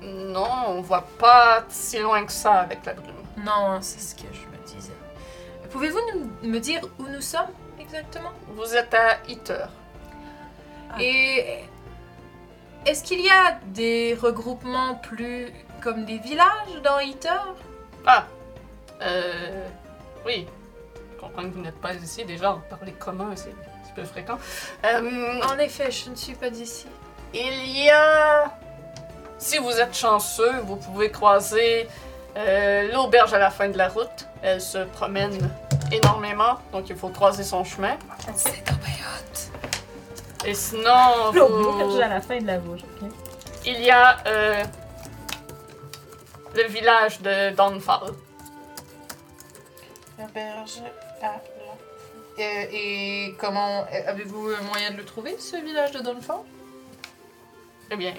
Speaker 1: Non, on voit pas si loin que ça avec la brume.
Speaker 2: Non, hein, c'est ce que je me disais. Pouvez-vous nous- me dire où nous sommes exactement
Speaker 1: Vous êtes à Eater.
Speaker 2: Ah. Et est-ce qu'il y a des regroupements plus comme des villages dans Eater
Speaker 1: Ah! Euh. Oui. Je comprends que vous n'êtes pas ici. Déjà, parler commun, c'est un petit peu fréquent. Euh,
Speaker 2: En effet, je ne suis pas d'ici.
Speaker 1: il y a. Si vous êtes chanceux, vous pouvez croiser euh, l'auberge à la fin de la route. Elle se promène énormément, donc il faut croiser son chemin.
Speaker 3: C'est un
Speaker 1: Et sinon. vous-
Speaker 4: à la fin de la bouche.
Speaker 1: Il y a euh, le village de Donfall.
Speaker 2: et comment avez-vous euh, moyen de le trouver, ce village de Dunford
Speaker 1: Eh bien,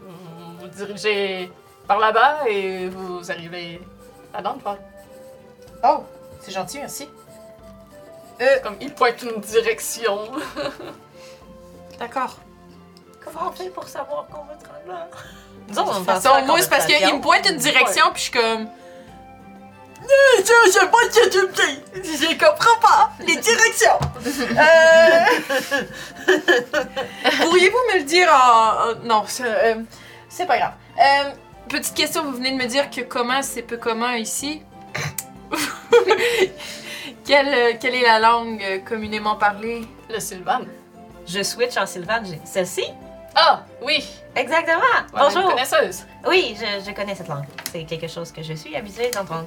Speaker 1: vous vous dirigez par là-bas et vous arrivez à Donfall.
Speaker 2: Oh, c'est gentil, merci.
Speaker 1: Comme il pointe une direction.
Speaker 2: D'accord.
Speaker 4: Comment on fait pour savoir qu'on veut te rendre là?
Speaker 2: Disons,
Speaker 4: on
Speaker 2: de toute
Speaker 4: va
Speaker 2: façon,
Speaker 4: faire la
Speaker 2: moi, c'est Oh, parce qu'il
Speaker 4: conversation.
Speaker 2: me pointe une direction, puis je suis comme. Non, je sais pas ce que tu me dis. Je comprends pas les directions. Euh, Pourriez-vous me le dire en. en- Non, c'est euh, c'est pas grave. Euh, petite question, vous venez de me dire que commun, c'est peu commun ici. quelle, euh, quelle est la langue euh, communément parlée
Speaker 1: Le Sylvan.
Speaker 4: Je switch en Sylvan. j'ai- Celle-ci?
Speaker 1: Ah, oui!
Speaker 4: Exactement!
Speaker 1: Voilà une
Speaker 4: Bonjour!
Speaker 1: connaisseuse.
Speaker 4: Oui, je, je connais cette langue. C'est quelque chose que je suis habituée d'entendre.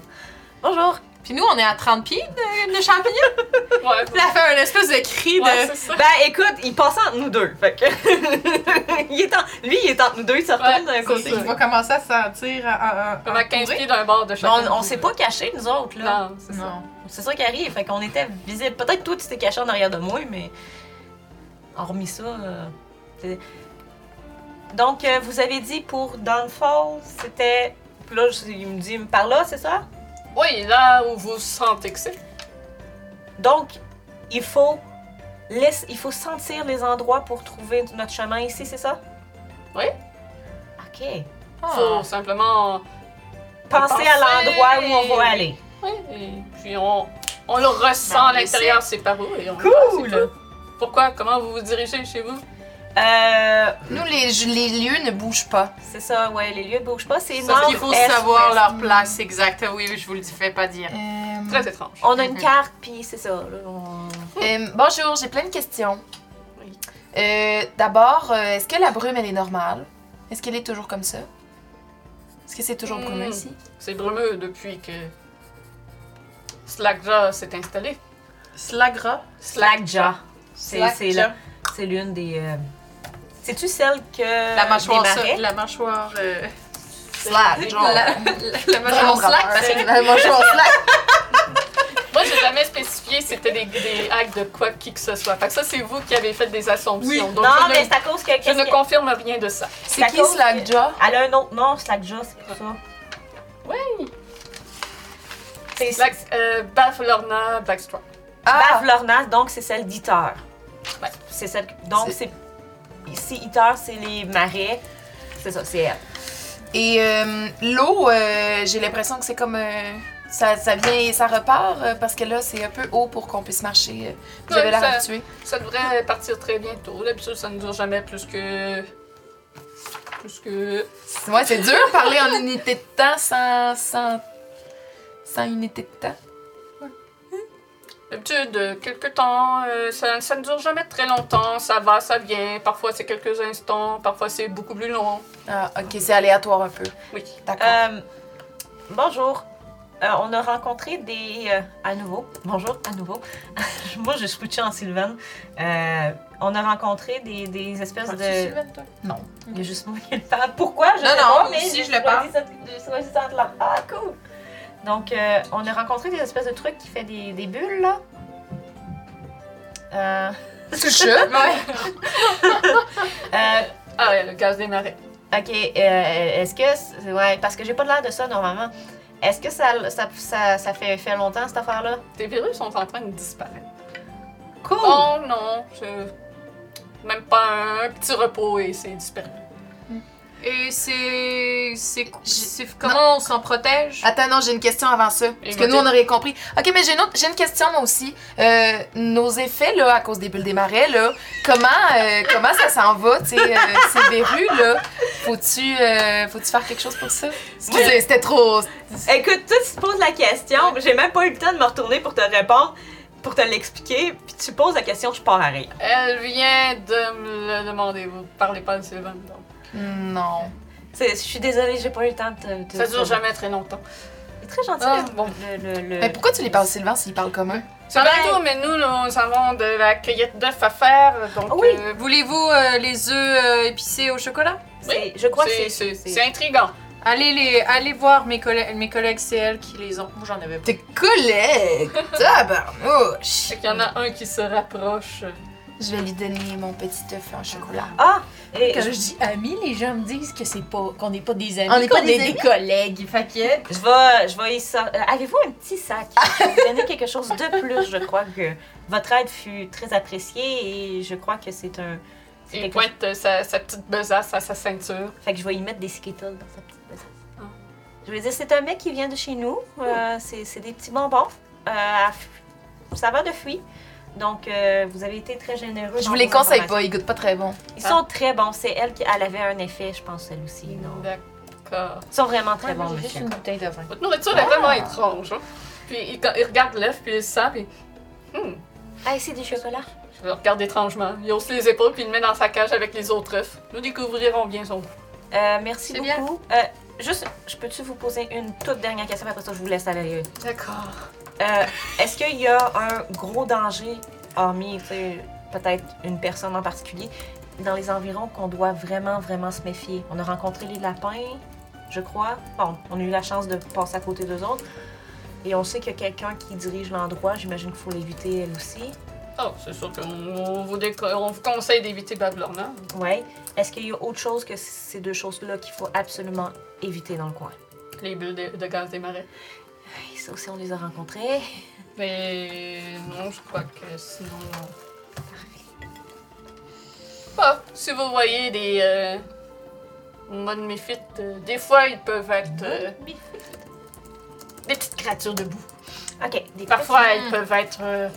Speaker 4: Bonjour!
Speaker 2: Puis nous, on est à 30 pieds de, de champignons.
Speaker 1: Ouais,
Speaker 2: Elle a fait un espèce de cri
Speaker 1: ouais,
Speaker 2: de.
Speaker 1: c'est ça.
Speaker 4: Ben écoute, il passe entre nous deux. Fait que. il est en- Lui, il est entre nous deux, il se retourne
Speaker 1: Ouais,
Speaker 4: d'un
Speaker 1: c'est
Speaker 4: côté.
Speaker 1: ça.
Speaker 2: Il va commencer à sentir un- un- un-
Speaker 1: Comme à 15 pieds d'un bord de
Speaker 4: Mais
Speaker 1: chacun.
Speaker 4: on, on s'est pas caché, nous autres, là.
Speaker 1: Non, c'est ça.
Speaker 2: Non.
Speaker 4: C'est ça qui arrive. Fait qu'on était visible. Peut-être toi, tu t'es caché en arrière de moi, mais. Hormis ça. euh, c'est- Donc, euh, vous avez dit pour Downfall, c'était. Puis là, je- il me dit par là, c'est ça?
Speaker 1: Oui, là où vous sentez que c'est.
Speaker 4: Donc, il faut. laisse- Il faut sentir les endroits pour trouver notre chemin ici, c'est ça?
Speaker 1: Oui.
Speaker 4: OK. Ah.
Speaker 1: Faut simplement.
Speaker 4: Pensez à l'endroit où on va aller.
Speaker 1: Oui, et puis on, on le ressent à l'intérieur, c'est par où. Et on
Speaker 4: Bah, Cool!
Speaker 1: le voit, c'est tout. Pourquoi? Comment vous vous dirigez chez vous?
Speaker 4: Euh,
Speaker 3: Nous, les, les lieux ne bougent pas.
Speaker 4: c'est ça, ouais, les lieux bougent pas. C'est
Speaker 2: Sauf
Speaker 4: nord,
Speaker 2: qu'il faut
Speaker 4: est,
Speaker 2: savoir
Speaker 4: ouest.
Speaker 2: leur place exacte. Oui, oui, je vous le dis, fais pas dire.
Speaker 1: Très étrange.
Speaker 4: On a une
Speaker 3: Mhm.
Speaker 4: carte, puis c'est ça. là, on-
Speaker 3: Euh, bonjour, j'ai plein de questions.
Speaker 4: Oui.
Speaker 3: Euh, D'abord, euh, est-ce que la brume, elle est normale? Est-ce qu'elle est toujours comme ça? Est-ce que c'est toujours brumeux
Speaker 1: Hmm.
Speaker 3: ici?
Speaker 1: C'est brumeux depuis que Slackjaw s'est installé.
Speaker 2: Slagra.
Speaker 4: Slackjaw. C'est c'est
Speaker 2: Slackjaw.
Speaker 4: la- c'est l'une des. euh, C'est-tu celle que.
Speaker 2: La mâchoire.
Speaker 4: des
Speaker 2: ça-
Speaker 4: marais?
Speaker 2: Euh, La mâchoire. euh,
Speaker 3: Slack,
Speaker 2: genre.
Speaker 3: La,
Speaker 2: La mâchoire slack.
Speaker 3: c'est la mâchoire slack.
Speaker 1: Moi, j'ai jamais spécifié si c'était des, des actes de quoi qui que ce soit. Fait que ça, c'est vous qui avez fait des assumptions.
Speaker 2: Oui.
Speaker 1: Donc,
Speaker 4: Non,
Speaker 1: je,
Speaker 4: mais
Speaker 1: ne,
Speaker 4: c'est à cause que.
Speaker 1: je
Speaker 4: qu'est-ce
Speaker 1: ne
Speaker 4: que-
Speaker 1: confirme rien de ça.
Speaker 3: C'est qui
Speaker 4: cause-
Speaker 3: Slackjaw?
Speaker 4: Elle a un autre nom, Slackjaw, c'est pour ça. Oui! C'est
Speaker 1: Black, euh, Bavlorna Blackstrap.
Speaker 3: Ah,
Speaker 4: Bave Lorna, donc c'est celle d'Iter.
Speaker 1: Ouais.
Speaker 4: C'est celle. Donc c'est. Ici, Iter, c'est les marais. C'est ça, c'est elle.
Speaker 3: et euh, l'eau, euh, j'ai l'impression que c'est comme... euh, ça, ça vient et ça repart euh, parce que là, c'est un peu haut pour qu'on puisse marcher. euh. Vous
Speaker 1: Ouais,
Speaker 3: avez l'air
Speaker 1: ça-
Speaker 3: habitué.
Speaker 1: Ça devrait partir très bientôt. D'habitude, ça ne dure jamais plus que. Plus que.
Speaker 3: Ouais, c'est dur de parler en unité de temps sans, sans, sans unité de temps.
Speaker 1: D'habitude, euh, quelques temps, euh, ça, ça ne dure jamais très longtemps. Ça va, ça vient. Parfois, c'est quelques instants. Parfois, c'est beaucoup plus long.
Speaker 3: Ah, ok, c'est aléatoire un peu.
Speaker 1: Oui.
Speaker 3: D'accord.
Speaker 4: Euh, bonjour. Euh, on a rencontré des. euh, à nouveau. Bonjour, à nouveau. Moi, je switchais en Sylvain. Euh, on a rencontré des, des espèces de.
Speaker 3: Non.
Speaker 4: Il y a juste moi qui le parle. Pourquoi? Je
Speaker 2: Non,
Speaker 4: sais
Speaker 2: non,
Speaker 4: pas,
Speaker 2: moi
Speaker 4: mais
Speaker 2: aussi,
Speaker 4: j'ai
Speaker 2: je le parle.
Speaker 4: choisi cette- j'ai choisi cette là. Ah, cool! Donc, euh, on a rencontré des espèces de trucs qui fait des, des bulles, là. Euh,
Speaker 3: C'est chaud.
Speaker 4: euh,
Speaker 1: Ah, ouais, le gaz des marais.
Speaker 4: ok, euh, est-ce que. c'est- Ouais, parce que j'ai pas l'air de ça normalement. Est-ce que ça, ça, ça, ça fait, fait longtemps cette affaire-là?
Speaker 1: Tes virus sont en train de disparaître.
Speaker 4: Cool!
Speaker 1: Oh non, c'est même pas un petit repos et c'est disparu.
Speaker 2: Et c'est. C'est. c'est- Comment on s'en protège?
Speaker 5: Ah,
Speaker 3: Attends, non, j'ai une question avant ça. Parce que
Speaker 1: Écoutez.
Speaker 3: nous, on aurait compris. Ok, mais j'ai une, autre- j'ai une question, moi aussi. Euh, nos effets, là, à cause des bulles des marais, là, comment, euh, comment ça s'en va, tu sais, euh, ces verrues, là? Faut-tu euh, faut-tu faire quelque chose pour ça? Excusez, c'était trop...
Speaker 4: Écoute, toi, tu te poses la question, j'ai même pas eu le temps de me retourner pour te répondre, pour te l'expliquer, puis tu poses la question, je pars à rire.
Speaker 1: Elle vient de me le demander, vous parlez pas de Sylvan, donc.
Speaker 3: Non.
Speaker 4: C'est- Je suis désolée, j'ai pas eu le temps de te. de-
Speaker 1: Ça dure
Speaker 4: de-
Speaker 1: jamais très longtemps.
Speaker 4: C'est très gentil.
Speaker 1: Ah,
Speaker 4: le-
Speaker 1: bon.
Speaker 4: Le, le, le-
Speaker 3: Mais pourquoi tu les parles, Sylvain, s'il parle commun?
Speaker 1: C'est bientôt, mais nous, nous avons de la cueillette d'œufs à faire, donc.
Speaker 4: Ah oui.
Speaker 1: euh,
Speaker 2: Voulez-vous euh, les œufs euh, épicés au chocolat?
Speaker 4: c'est- Je crois que
Speaker 1: Oh, c'est-
Speaker 4: c'est.
Speaker 1: c'est c'est intriguant.
Speaker 2: Allez, les, allez voir mes, collègues, mes collègues, c'est elles qui les ont. Moi, j'en avais pas.
Speaker 3: Tes collègues! Tabarnouche!
Speaker 1: Fait qu'il y en a un qui se rapproche. euh,
Speaker 3: Je vais lui donner mon petit œuf en chocolat.
Speaker 4: Ah! Et
Speaker 5: Quand je
Speaker 4: je,
Speaker 5: dis amis, les gens me disent que c'est pas qu'on n'est pas des amis,
Speaker 3: On n'est pas
Speaker 5: qu'on
Speaker 3: des
Speaker 5: est des collègues. Fait que
Speaker 4: je vais, je vais y sortir. Avez-vous un petit sac?
Speaker 3: Ah.
Speaker 4: Je vais vous donner quelque chose de plus. Je crois que votre aide fut très appréciée et je crois que c'est un. c'est
Speaker 1: Il
Speaker 4: quelque
Speaker 1: pointe euh, sa, sa petite besace à sa ceinture.
Speaker 4: Fait que je vais y mettre des skittles dans sa petite besace.
Speaker 3: Ah.
Speaker 4: Je vais dire, c'est un mec qui vient de chez nous. Euh,
Speaker 3: Oh.
Speaker 4: c'est c'est des petits bonbons. Euh, à f- ça va de fuit. Donc, euh, vous avez été très généreux.
Speaker 3: Je
Speaker 4: dans
Speaker 3: vous les
Speaker 4: vos
Speaker 3: conseille
Speaker 4: informations.
Speaker 3: pas, ils goûtent pas très bon.
Speaker 4: Ils sont très bons. C'est elle qui elle avait un effet, je pense, elle aussi.
Speaker 3: Mm.
Speaker 4: Non.
Speaker 1: D'accord.
Speaker 4: Ils sont vraiment très
Speaker 5: Ouais, moi,
Speaker 4: bons,
Speaker 5: j'ai juste
Speaker 4: monsieur.
Speaker 5: une bouteille de vin.
Speaker 1: Votre nourriture est
Speaker 4: Ah!
Speaker 1: vraiment étrange. hein. Puis il, quand il regarde l'œuf, puis il le sent, puis
Speaker 4: Ah, et c'est du chocolat.
Speaker 1: Je le regarde étrangement. Il hausse les épaules puis il le met dans sa cage avec les autres œufs. Nous découvrirons bien son goût.
Speaker 4: Euh, merci
Speaker 1: C'est bien.
Speaker 4: beaucoup. Euh, juste, je peux-tu vous poser une toute dernière question? Après ça, je vous laisse aller.
Speaker 1: D'accord.
Speaker 4: Euh, Est-ce qu'il y a un gros danger, hormis tu sais, peut-être une personne en particulier, dans les environs qu'on doit vraiment, vraiment se méfier? On a rencontré les lapins, je crois. Bon, on a eu la chance de passer à côté d'eux autres. Et on sait qu'il y a quelqu'un qui dirige l'endroit. J'imagine qu'il faut l'éviter, elle aussi.
Speaker 1: Oh, c'est sûr qu'on on vous, déco- on vous conseille d'éviter Babylone. hein.
Speaker 4: Ouais. Est-ce qu'il y a autre chose que ces deux choses-là qu'il faut absolument éviter dans le coin?
Speaker 1: Les bulles de, de gaz des marais.
Speaker 4: Et ça aussi, on les a rencontrés.
Speaker 1: Mais non, je crois que sinon. Bah, si vous voyez des. Euh, mode méfite, euh, des fois ils peuvent être. euh, des petites créatures debout.
Speaker 4: OK. Des
Speaker 1: Parfois,
Speaker 4: petits-
Speaker 1: elles peuvent être euh,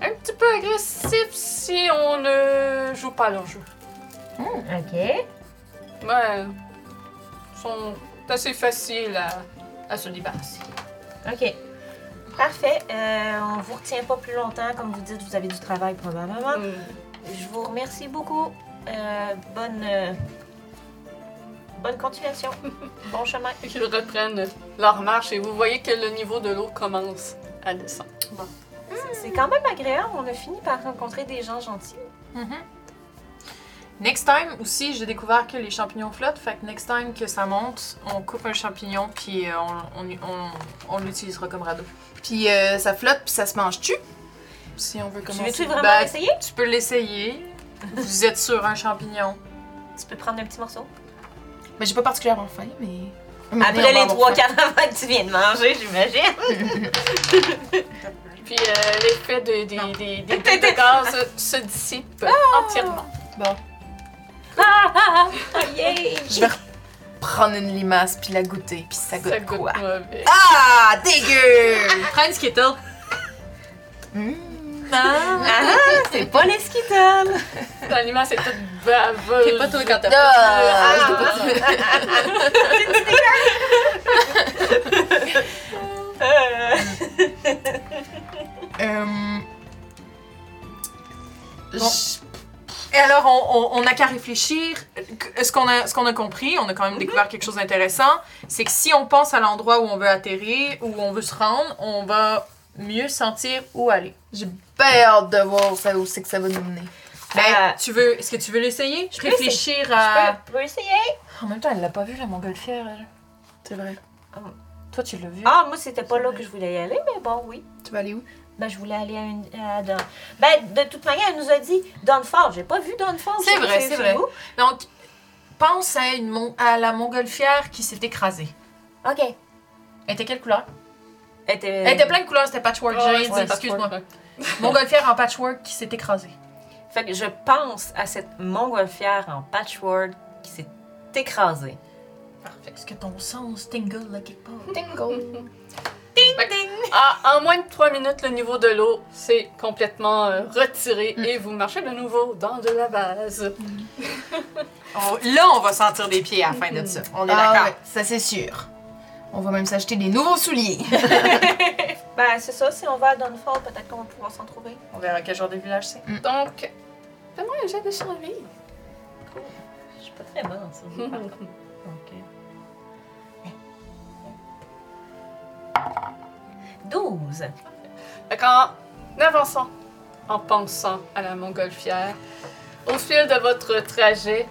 Speaker 1: un petit peu agressif si on ne joue pas leur jeu.
Speaker 4: Ok.
Speaker 1: Mais euh, ils sont assez faciles à, à se débarrasser.
Speaker 4: Ok. Parfait. Euh, on vous retient pas plus longtemps. Comme vous dites, vous avez du travail probablement.
Speaker 1: Hmm.
Speaker 4: Je vous remercie beaucoup. Euh, bonne, euh, bonne continuation. bon chemin.
Speaker 1: Et qu'ils reprennent leur marche et vous voyez que le niveau de l'eau commence à descendre.
Speaker 4: C'est quand même agréable. On a fini par rencontrer des gens gentils.
Speaker 2: Mhm. Next time aussi, j'ai découvert que les champignons flottent. Fait que next time que ça monte, on coupe un champignon puis euh, on, on- on- on l'utilisera comme radeau.
Speaker 3: Puis euh, ça flotte, puis ça se mange-tu? Si on veut
Speaker 4: Tu
Speaker 3: commencer.
Speaker 4: veux-tu vraiment
Speaker 2: Ben-
Speaker 4: essayer?
Speaker 2: Tu peux l'essayer. Vous êtes sur un champignon.
Speaker 4: Tu peux prendre un petit morceau.
Speaker 3: Mais j'ai pas particulièrement faim, mais. Mais on va
Speaker 4: Après les
Speaker 3: avoir faim.
Speaker 4: trois quarts d'avant que tu viens de manger, j'imagine.
Speaker 1: Puis euh, l'effet de- des
Speaker 2: Non.
Speaker 1: des- des bulles de gaz se dissipe entièrement.
Speaker 4: Ah, ah, ah, yay!
Speaker 3: Je vais prendre une limace, puis la goûter, puis ça goûte.
Speaker 1: Ça goûte
Speaker 3: quoi?
Speaker 1: mauvais.
Speaker 3: Ah, dégueu!
Speaker 2: Prends une Skittle.
Speaker 3: Mm.
Speaker 4: Ah, c'est pas les skittles!
Speaker 1: L'aliment, c'est tout baveux.
Speaker 2: T'es pas toi quand t'as
Speaker 3: Ah,
Speaker 1: Ah,
Speaker 4: Ah. Euh,
Speaker 3: euh,
Speaker 2: Bon.
Speaker 3: je-
Speaker 2: Et alors, on- on on n'a qu'à réfléchir. Que- Ce qu'on a, ce qu'on a compris, on a quand même découvert quelque chose d'intéressant, c'est que si on pense à l'endroit où on veut atterrir, où on veut se rendre, on va mieux sentir où aller.
Speaker 3: J'ai bien hâte de voir ça, où c'est que ça va nous mener.
Speaker 2: Ben,
Speaker 4: Ah.
Speaker 2: tu veux, est-ce que tu veux l'essayer?
Speaker 4: peux
Speaker 2: Réfléchir à...
Speaker 4: peux- peux essayer?
Speaker 3: En même temps, elle l'a pas vu, la montgolfière, elle. C'est vrai.
Speaker 4: Ah.
Speaker 3: Toi, tu l'as vu.
Speaker 4: Ah, moi, c'était pas là que je voulais y aller, mais bon, oui.
Speaker 3: Tu vas aller où?
Speaker 4: Ben, je voulais aller à une. à Don- Ben, de toute manière, elle nous a dit Dunford. J'ai pas vu Dunford.
Speaker 2: C'est
Speaker 4: chez-
Speaker 2: vrai,
Speaker 4: chez-
Speaker 2: c'est
Speaker 4: chez
Speaker 2: vrai.
Speaker 4: vous.
Speaker 2: Ah, Donc, pense à, une mon- à la montgolfière qui s'est écrasée.
Speaker 4: Ok.
Speaker 2: Elle était quelle couleur?
Speaker 4: Elle était.
Speaker 2: Elle était plein de couleurs, c'était patchwork.
Speaker 1: Ah,
Speaker 2: j'ai
Speaker 1: ouais,
Speaker 2: dit,
Speaker 1: ouais,
Speaker 2: excuse-moi.
Speaker 1: patchwork.
Speaker 2: montgolfière en patchwork qui s'est écrasée.
Speaker 4: Fait que je pense à cette montgolfière en patchwork qui s'est écrasée.
Speaker 2: Parfait. Est-ce que ton sens tingle là quelque part?
Speaker 3: Dingo.
Speaker 1: Ah, en moins de 3 minutes, le niveau de l'eau s'est complètement euh, retiré
Speaker 3: Mm.
Speaker 1: et vous marchez de nouveau dans de la vase.
Speaker 2: On- là, on va sentir des pieds à la fin de ça. On est
Speaker 3: Ah,
Speaker 2: d'accord.
Speaker 3: ouais, ça c'est sûr. On va même s'acheter des nouveaux souliers.
Speaker 4: Ben, c'est ça. Si on va à Dunford, peut-être qu'on va pouvoir s'en trouver.
Speaker 2: On verra quel genre de village c'est.
Speaker 3: Mm.
Speaker 1: Donc, fais-moi un jet de survie.
Speaker 4: Je suis pas très bonne en survie, par contre. Ok. Eh. 12.
Speaker 1: Fait qu'en avançant, en pensant à la montgolfière, au fil de votre trajet,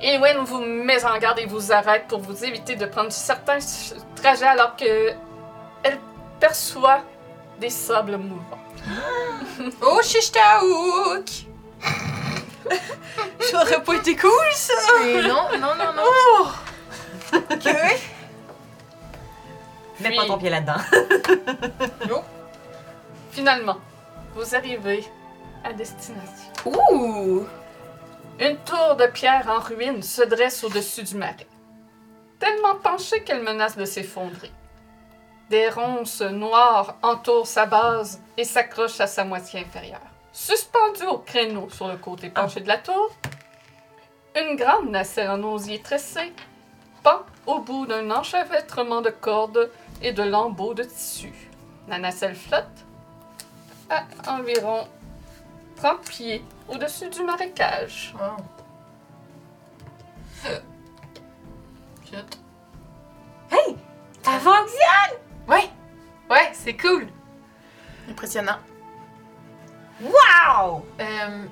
Speaker 1: Ewen vous met en garde et vous arrête pour vous éviter de prendre certains ch- trajets alors que elle perçoit des sables mouvants.
Speaker 2: Oh, Shishtaouk! J'aurais pas été cool, ça!
Speaker 3: Mais non, non, non, non.
Speaker 4: Mets
Speaker 1: Puis-
Speaker 4: pas ton pied là-dedans.
Speaker 1: Finalement, vous arrivez à destination.
Speaker 3: Ouh!
Speaker 1: Une tour de pierre en ruine se dresse au-dessus du marais, tellement penchée qu'elle menace de s'effondrer. Des ronces noires entourent sa base et s'accrochent à sa moitié inférieure. Suspendue au créneau sur le côté penché de la tour, une grande nacelle en osier tressé pend au bout d'un enchevêtrement de cordes et de lambeaux de tissu. La nacelle flotte à environ 30 pieds au-dessus du marécage.
Speaker 4: Ça fonctionne!
Speaker 2: Ouais! Ouais, c'est cool!
Speaker 3: Impressionnant.
Speaker 4: Wow!
Speaker 2: Euh,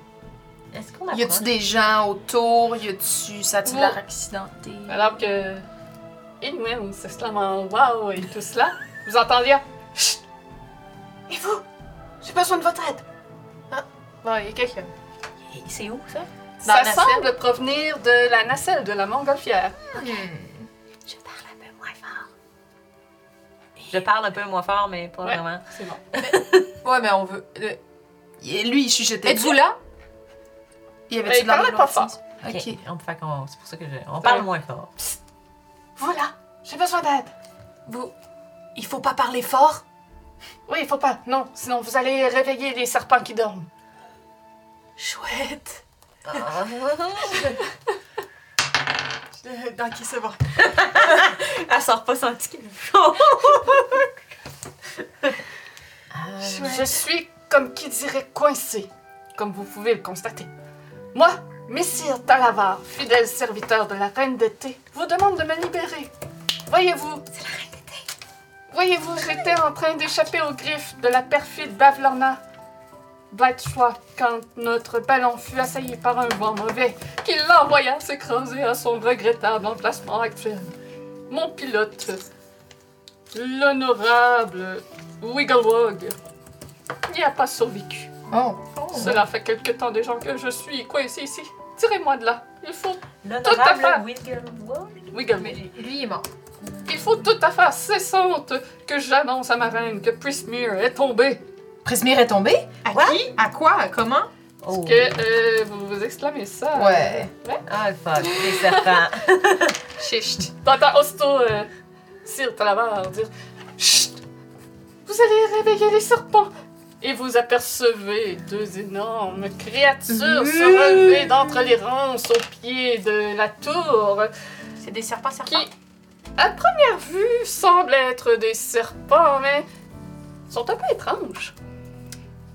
Speaker 4: Est-ce qu'on
Speaker 3: Y
Speaker 4: approche?
Speaker 3: a-tu des gens autour? Y a-tu. Ça a-tu
Speaker 1: Oui.
Speaker 3: l'air accidenté?
Speaker 1: Alors que eh Inwen s'exclame en wow et tout cela, vous entendez un Chut
Speaker 3: Et vous? J'ai besoin de votre aide.
Speaker 2: ouais, y a quelqu'un.
Speaker 4: C'est où, ça?
Speaker 2: Dans
Speaker 1: Ça
Speaker 2: la
Speaker 1: semble provenir de la nacelle de la montgolfière.
Speaker 4: Je parle un peu moins fort. Je parle un peu moins fort, mais pas
Speaker 1: Ouais.
Speaker 4: vraiment.
Speaker 1: C'est bon.
Speaker 2: Ouais, mais on veut. euh,
Speaker 3: Et Lui, il chuchotait.
Speaker 2: Êtes-vous là?
Speaker 3: Il y
Speaker 1: Euh,
Speaker 2: Eh,
Speaker 3: avait-tu
Speaker 1: il
Speaker 3: de l'air
Speaker 1: parlait
Speaker 3: de
Speaker 1: pas
Speaker 3: l'autre
Speaker 1: fort.
Speaker 3: sens? Ok.
Speaker 4: On, fait qu'on- c'est pour ça que je. On parle
Speaker 1: Ouais.
Speaker 4: moins fort.
Speaker 1: Voilà, j'ai besoin d'aide.
Speaker 2: Vous. Il faut pas parler fort?
Speaker 1: Oui, faut pas. Non, sinon vous allez réveiller les serpents qui dorment.
Speaker 2: Chouette!
Speaker 4: Ah.
Speaker 2: Euh, Ok, c'est bon.
Speaker 4: Elle sort pas sans petit
Speaker 1: Je suis, comme qui dirait, coincée, comme vous pouvez le constater. Moi, Messire Talavar, fidèle serviteur de la Reine d'été, vous demande de me libérer. Voyez-vous. C'est la Reine d'été. Voyez-vous, j'étais en train d'échapper aux griffes de la perfide Bavlorna. Blatchwa, quand notre ballon fut assailli par un vent mauvais, qui l'envoya s'écraser à son regrettable emplacement actuel. Mon pilote, l'honorable Wigglewog, n'y a pas survécu.
Speaker 3: Oh.
Speaker 1: Cela fait quelque temps déjà que je suis coincé ici. Tirez-moi de là. Il faut, Tout à fait.
Speaker 4: L'honorable Wilgerwood.
Speaker 1: Wiggle,
Speaker 5: Lui, il est mort.
Speaker 1: il faut tout à fait cessante que j'annonce à ma reine que Prismir est tombé.
Speaker 3: Prismir est tombé?
Speaker 2: À
Speaker 4: Quoi?
Speaker 2: qui? À quoi? À comment?
Speaker 4: Oh.
Speaker 1: Que euh, vous vous exclamez ça.
Speaker 3: Ouais.
Speaker 4: Ah, fuck, les serpents.
Speaker 1: Chut. T'entends aussitôt euh, Sir Talavar dire Chut Vous allez réveiller les serpents Et vous apercevez deux énormes créatures se
Speaker 5: Mmh.
Speaker 1: relever d'entre les ronces au pied de la tour.
Speaker 2: C'est des serpents,
Speaker 1: qui,
Speaker 2: serpents.
Speaker 1: à première vue, semblent être des serpents, mais sont un peu étranges.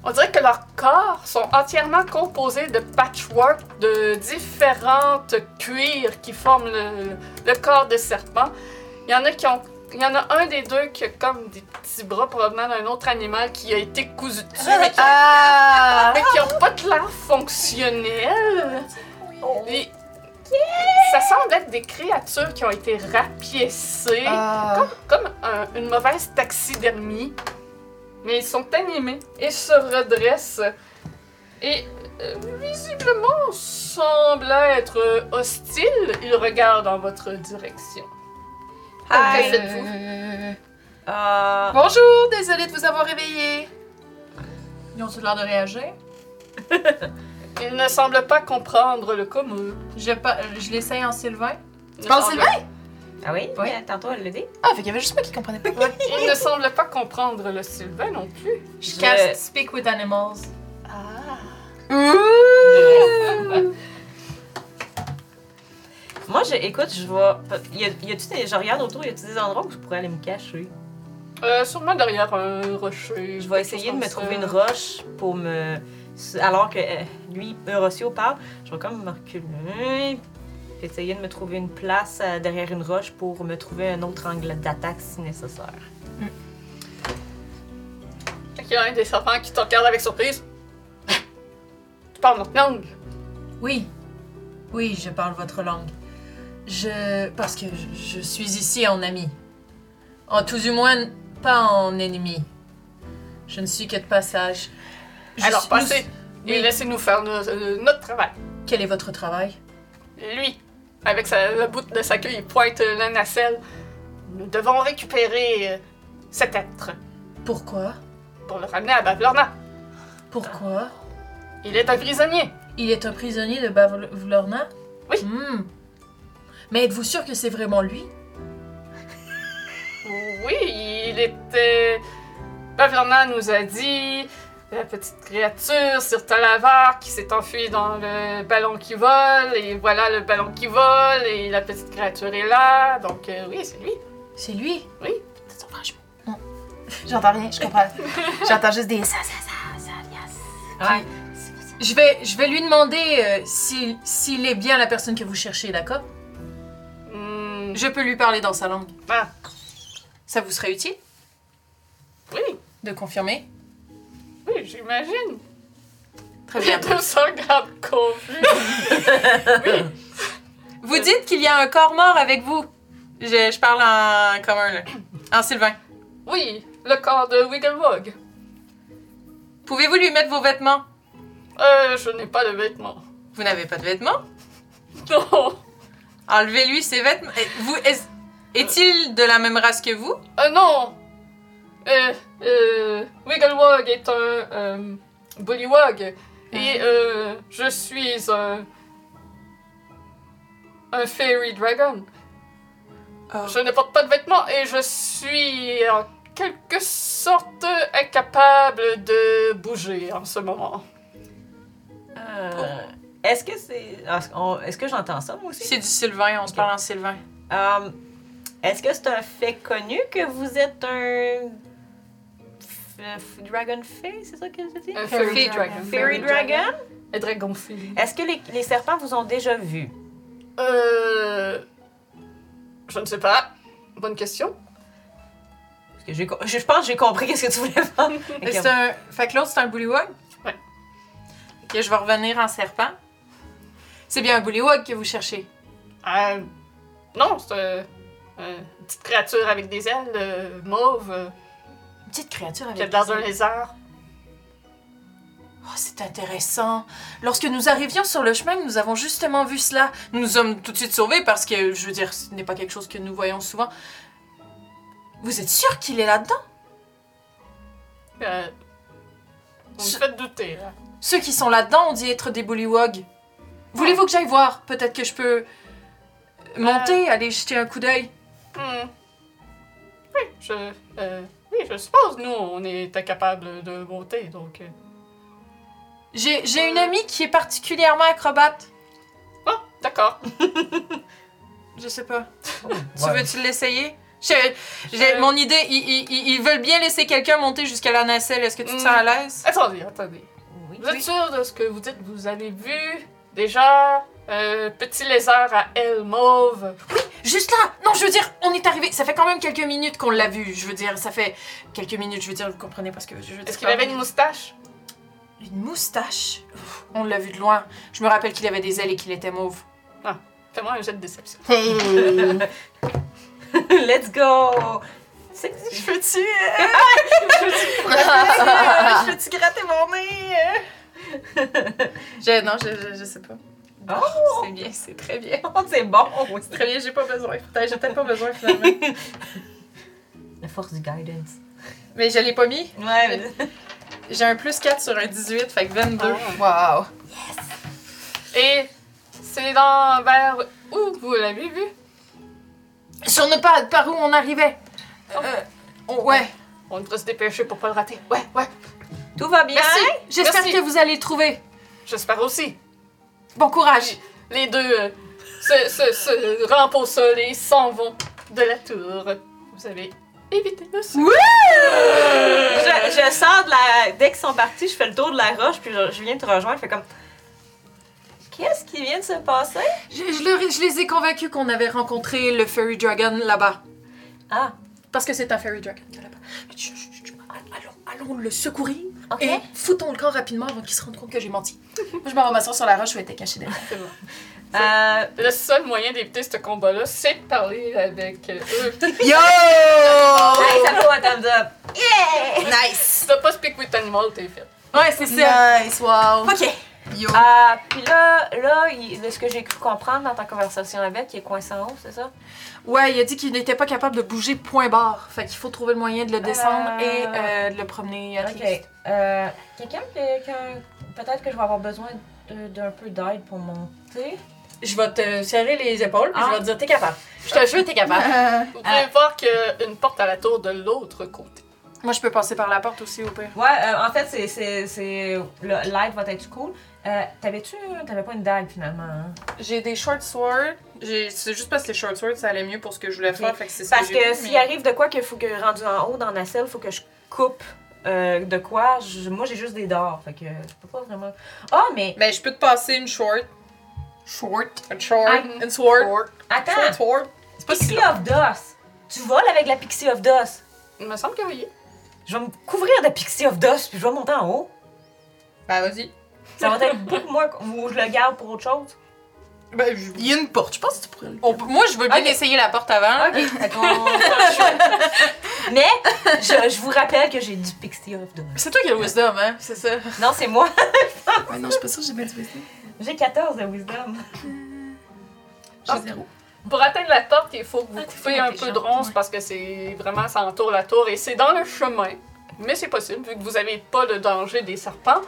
Speaker 1: On dirait que leurs corps sont entièrement composés de patchwork de différentes cuirs qui forment le, le corps de serpent. Il y en a qui ont il y en a un des deux qui a comme des petits bras provenant d'un autre animal qui a été cousu dessus, mais qui-
Speaker 3: Ah!
Speaker 1: mais qui n'ont pas de l'air fonctionnel.
Speaker 4: Oh.
Speaker 1: Les- Ça semble être des créatures qui ont été rapiécées,
Speaker 3: Ah.
Speaker 1: comme un- une mauvaise taxidermie. Mais ils sont animés et se redressent. Et euh, visiblement semblent être euh, hostiles. Ils regardent en votre direction.
Speaker 4: Hi.
Speaker 1: Ok. faites-vous?
Speaker 3: Euh,
Speaker 4: Euh,
Speaker 3: Bonjour, désolée de vous avoir réveillé.
Speaker 2: Ils ont-tu l'air de réagir?
Speaker 1: Ils ne semblent pas comprendre le commun.
Speaker 2: Je, pa- je l'essaye en Sylvain.
Speaker 1: Ils ne
Speaker 3: parles
Speaker 1: semblent-
Speaker 4: Ah oui?
Speaker 2: Oui.
Speaker 4: Euh, Tantôt, elle l'a dit.
Speaker 3: Ah, fait qu'il y avait juste moi qui comprenais pas.
Speaker 1: Ils ne semblent pas comprendre le Sylvain non plus.
Speaker 2: Je
Speaker 4: Je-
Speaker 2: casse Speak with Animals.
Speaker 3: Ah.
Speaker 4: Moi, je, écoute, je vois. Y a, y a-tu des, je regarde autour, y a-tu des endroits où je pourrais aller me cacher?
Speaker 1: Euh, sûrement derrière un rocher.
Speaker 4: Je vais essayer de me
Speaker 1: quelque chose
Speaker 4: trouver
Speaker 1: comme
Speaker 4: une
Speaker 1: ça.
Speaker 4: roche pour me. Alors que euh, lui, Eurosio parle, je vais comme me reculer. Puis essayer de me trouver une place euh, derrière une roche pour me trouver un autre angle d'attaque si nécessaire.
Speaker 1: Fait qu'il y a un des serpents qui te regarde avec surprise. Tu parles notre langue.
Speaker 2: Oui. Oui, je parle votre langue. Je. Parce que je, je suis ici en ami. En tout du moins, n- pas en ennemi. Je ne suis que de passage. Je
Speaker 1: Alors,
Speaker 2: suis-
Speaker 1: passez et
Speaker 2: oui.
Speaker 1: laissez-nous faire no- euh, notre travail.
Speaker 2: nous- Quel est votre travail
Speaker 1: Lui, avec sa, le bout de sa queue, il pointe la nacelle. Nous devons récupérer euh, cet être
Speaker 2: Pourquoi
Speaker 1: pour le ramener à Bavlorna.
Speaker 2: Pourquoi
Speaker 1: Il est un prisonnier.
Speaker 2: Ah. Il est un prisonnier de Bavlorna
Speaker 1: Oui.
Speaker 2: Hmm. Mais êtes-vous sûr que c'est vraiment lui
Speaker 1: Oui, il était. Bavlorna nous a dit. La petite créature sur Talavar qui s'est enfuie dans le ballon qui vole, et voilà le ballon qui vole, et la petite créature est là, donc euh, oui, c'est lui.
Speaker 2: C'est lui
Speaker 3: Franchement, non. J'entends rien, je comprends. J'entends juste des ça, ça, ça, ça, yes.
Speaker 4: Ouais.
Speaker 2: Je vais, je vais lui demander euh, si- s'il est bien la personne que vous cherchez, d'accord
Speaker 1: Hmm,
Speaker 2: Je peux lui parler dans sa langue.
Speaker 1: Ah.
Speaker 2: Ça vous serait utile
Speaker 1: oui,
Speaker 2: de confirmer
Speaker 1: oui, j'imagine.
Speaker 2: Très
Speaker 1: Les
Speaker 2: bien.
Speaker 1: deux se regardent confus.
Speaker 2: vous dites qu'il y a un corps mort avec vous. Je, je parle en commun, là. En sylvain.
Speaker 1: Oui, le corps de Wigglewog.
Speaker 2: Pouvez-vous lui mettre vos vêtements
Speaker 1: Euh, je n'ai pas de vêtements.
Speaker 2: Vous n'avez pas de vêtements
Speaker 1: Non.
Speaker 2: Enlevez-lui ses vêtements. Et Vous, est- est-il de la même race que vous
Speaker 1: Euh, non. Euh, euh, Wigglewog est un euh, bullywog. Et euh, je suis un. Un fairy dragon.
Speaker 2: Oh.
Speaker 1: Je ne porte pas de vêtements et je suis en quelque sorte incapable de bouger en ce moment.
Speaker 4: Euh, Est-ce que c'est. Est-ce qu'on- est-ce que j'entends ça, moi aussi?
Speaker 2: C'est du Sylvain, on se
Speaker 4: Ok.
Speaker 2: parle en Sylvain.
Speaker 4: Euh, Est-ce que c'est un fait connu que vous êtes un. f- f- Dragon Fae, c'est ça que je dis?
Speaker 1: Un
Speaker 2: Fairy
Speaker 1: fairy
Speaker 2: Euh, dragon.
Speaker 1: dragon.
Speaker 4: Fairy Dragon?
Speaker 1: Un dragon fairy.
Speaker 4: Est-ce que les, les serpents vous ont déjà vu?
Speaker 1: Euh. Je ne sais pas. Bonne question.
Speaker 4: Parce que j'ai co- je, je pense que j'ai compris qu'est-ce que tu voulais faire.
Speaker 2: Fait que c'est un... Fait que l'autre, c'est un bullywug?
Speaker 1: Ouais.
Speaker 2: Ok, je vais revenir en serpent. C'est bien un bullywug que vous cherchez.
Speaker 1: Euh, non, c'est euh, euh, une petite créature avec des ailes euh, mauves euh,
Speaker 2: Une petite créature avec
Speaker 1: qui a de l'air
Speaker 2: des
Speaker 1: d'un
Speaker 2: ailes.
Speaker 1: lézard.
Speaker 2: Oh, c'est intéressant. Lorsque nous arrivions sur le chemin, nous avons justement vu cela. Nous nous sommes tout de suite sauvés parce que, je veux dire, ce n'est pas quelque chose que nous voyons souvent. Vous êtes sûr qu'il est là-dedans?
Speaker 1: Euh, vous
Speaker 2: Ce-
Speaker 1: me faites douter. là.
Speaker 2: Ceux qui sont là-dedans ont dit être des bullywogs. Voulez-vous que j'aille voir? Peut-être que je peux
Speaker 1: Euh.
Speaker 2: monter, aller jeter un coup d'œil.
Speaker 1: Hmm. Oui, je. euh, oui, je suppose, nous, on est incapables de monter, donc. euh.
Speaker 2: J'ai j'ai une amie qui est particulièrement acrobate.
Speaker 1: Bon, d'accord.
Speaker 2: Je sais pas. Tu
Speaker 4: Ouais.
Speaker 2: veux-tu l'essayer? J'ai- j'ai-
Speaker 1: Je-
Speaker 2: Mon idée, ils, ils- ils- ils veulent bien laisser quelqu'un monter jusqu'à la nacelle. Est-ce que tu te
Speaker 1: Mm.
Speaker 2: sens à l'aise?
Speaker 1: attendez, attendez.
Speaker 4: Oui.
Speaker 1: Vous êtes sûr de ce que vous dites Vous avez vu déjà euh, petit lézard à ailes mauves
Speaker 2: Juste là! Non, je veux dire, on est arrivé. Ça fait quand même quelques minutes qu'on l'a vu. Je veux dire, ça fait quelques minutes. Je veux dire, vous comprenez parce que je veux dire.
Speaker 1: Est-ce qu'il avait une moustache
Speaker 2: Une moustache? Ouf, On l'a vu de loin. Je me rappelle qu'il avait des ailes et qu'il était mauve.
Speaker 1: Fais-moi un jet de déception.
Speaker 4: Let's go! C'est- Je peux-tu. euh,
Speaker 3: Ah.
Speaker 4: je peux-tu gratter mon nez?
Speaker 2: J'ai- non, je, je- je sais pas.
Speaker 4: Oh!
Speaker 2: C'est bien, c'est très bien.
Speaker 4: Oh, c'est bon!
Speaker 2: C'est très bien, j'ai pas besoin. Putain, j'ai peut-être pas besoin finalement.
Speaker 4: La force du guidance.
Speaker 2: Mais je l'ai pas mis.
Speaker 4: Ouais,
Speaker 2: mais- J'ai un plus 4 sur un 18, fait que 22.
Speaker 3: Wow.
Speaker 1: Et c'est dans vers où vous l'avez vu
Speaker 2: Sur ne pas par où on arrivait. Euh, on- ouais.
Speaker 1: On devrait se dépêcher pour pas le rater. Hein? Ouais, ouais.
Speaker 4: Tout va bien?
Speaker 1: Merci.
Speaker 2: J'espère
Speaker 1: Merci.
Speaker 2: que vous allez trouver.
Speaker 1: J'espère aussi.
Speaker 2: Bon courage.
Speaker 1: Les deux euh, se, se, se rampent au sol et s'en vont de la tour. Vous avez évité le sol.
Speaker 4: Je, je sors de la. Dès qu'ils sont partis, je fais le tour de la roche, puis je, je viens te rejoindre. Je fais comme. Qu'est-ce qui vient de se passer?
Speaker 2: Je, je leur ai- je les ai convaincus qu'on avait rencontré le Fairy Dragon là-bas.
Speaker 4: Ah,
Speaker 2: Parce que c'est un Fairy Dragon là-bas. Chut, chut, chut, chut. Allons, allons le secourir
Speaker 4: ok.
Speaker 2: et foutons le camp rapidement avant qu'ils se rendent compte que j'ai menti.
Speaker 3: Moi, je me ramassais sur la roche où elle était cachée derrière.
Speaker 1: C'est bon.
Speaker 4: Euh,
Speaker 1: Le seul moyen d'éviter ce combat-là, c'est de parler avec euh, eux.
Speaker 3: Yo!
Speaker 4: hey, ça fait un thumbs up. Yeah!
Speaker 3: Nice!
Speaker 1: Si t'as pas speak with animal, t'es fait.
Speaker 2: Ouais, c'est ça.
Speaker 3: Nice, wow!
Speaker 4: Ok.
Speaker 3: Yo!
Speaker 4: Euh, puis là, là il- de ce que j'ai cru comprendre dans ta conversation avec, il est coincé en haut, c'est ça?
Speaker 2: Ouais, il a dit qu'il n'était pas capable de bouger point barre. Fait qu'il faut trouver le moyen de le descendre
Speaker 4: Ah.
Speaker 2: et euh, de le promener à pied.
Speaker 4: Ok. Euh, Quelqu'un qui- qui a- Peut-être que je vais avoir besoin de- d'un peu d'aide pour monter.
Speaker 2: Je vais te serrer les épaules
Speaker 4: puis je vais te
Speaker 2: dire t'es capable. Je te jure t'es capable.
Speaker 1: Vous pouvez voir qu'il y a une porte à la tour de l'autre côté.
Speaker 2: Moi je peux passer par la porte aussi au pire.
Speaker 4: Ouais, euh, en fait, c'est- c'est. c'est- le- L'aide va être cool. Euh, T'avais-tu. T'avais pas une dague finalement, hein?
Speaker 2: J'ai des short swords. J'ai- C'est juste parce que les short swords ça allait mieux pour ce que je voulais faire.
Speaker 4: Ok.
Speaker 2: Fait que c'est ça
Speaker 4: Parce
Speaker 2: j'ai
Speaker 4: que
Speaker 2: pris,
Speaker 4: s'il
Speaker 2: mais-
Speaker 4: arrive de quoi que faut que rendu en haut dans la selle, faut que je coupe euh, de quoi. je- moi j'ai juste des dards, fait que je peux pas vraiment. Ah mais
Speaker 2: Mais Ben, je peux te passer une short. Short. Une short.
Speaker 4: Ah.
Speaker 2: Une sword.
Speaker 4: attends,
Speaker 2: Short sword. C'est pas si
Speaker 4: Pixie of Dust. Tu voles avec la Pixie of Dust.
Speaker 1: Il me semble que oui.
Speaker 4: Je vais me couvrir de Pixie of Dust puis je vais monter en haut.
Speaker 2: Bah vas-y.
Speaker 4: Ça va être beaucoup moins ou je le garde pour autre chose.
Speaker 2: Ben, je-
Speaker 3: Il y a une porte, je pense que tu pourrais le
Speaker 2: On peut- Moi je veux bien
Speaker 4: Ok.
Speaker 2: essayer la porte avant.
Speaker 4: Ok. fait qu'on- mais je, je vous rappelle que j'ai du Pixie of Dust.
Speaker 2: C'est toi qui as le wisdom, hein? C'est ça.
Speaker 4: Non c'est moi.
Speaker 3: Ouais, Ah non, je suis pas sûre que j'ai bien du wisdom.
Speaker 4: J'ai 14 de wisdom.
Speaker 3: J'ai zéro.
Speaker 1: Pour atteindre la porte, il faut que vous
Speaker 2: Ah, t'es
Speaker 1: coupiez
Speaker 2: bien
Speaker 1: un peu de
Speaker 2: intelligente,
Speaker 1: ronces
Speaker 2: ouais.
Speaker 1: parce que c'est vraiment ça entoure la tour et c'est dans le chemin. Mais c'est possible vu que vous n'avez pas le danger des serpents.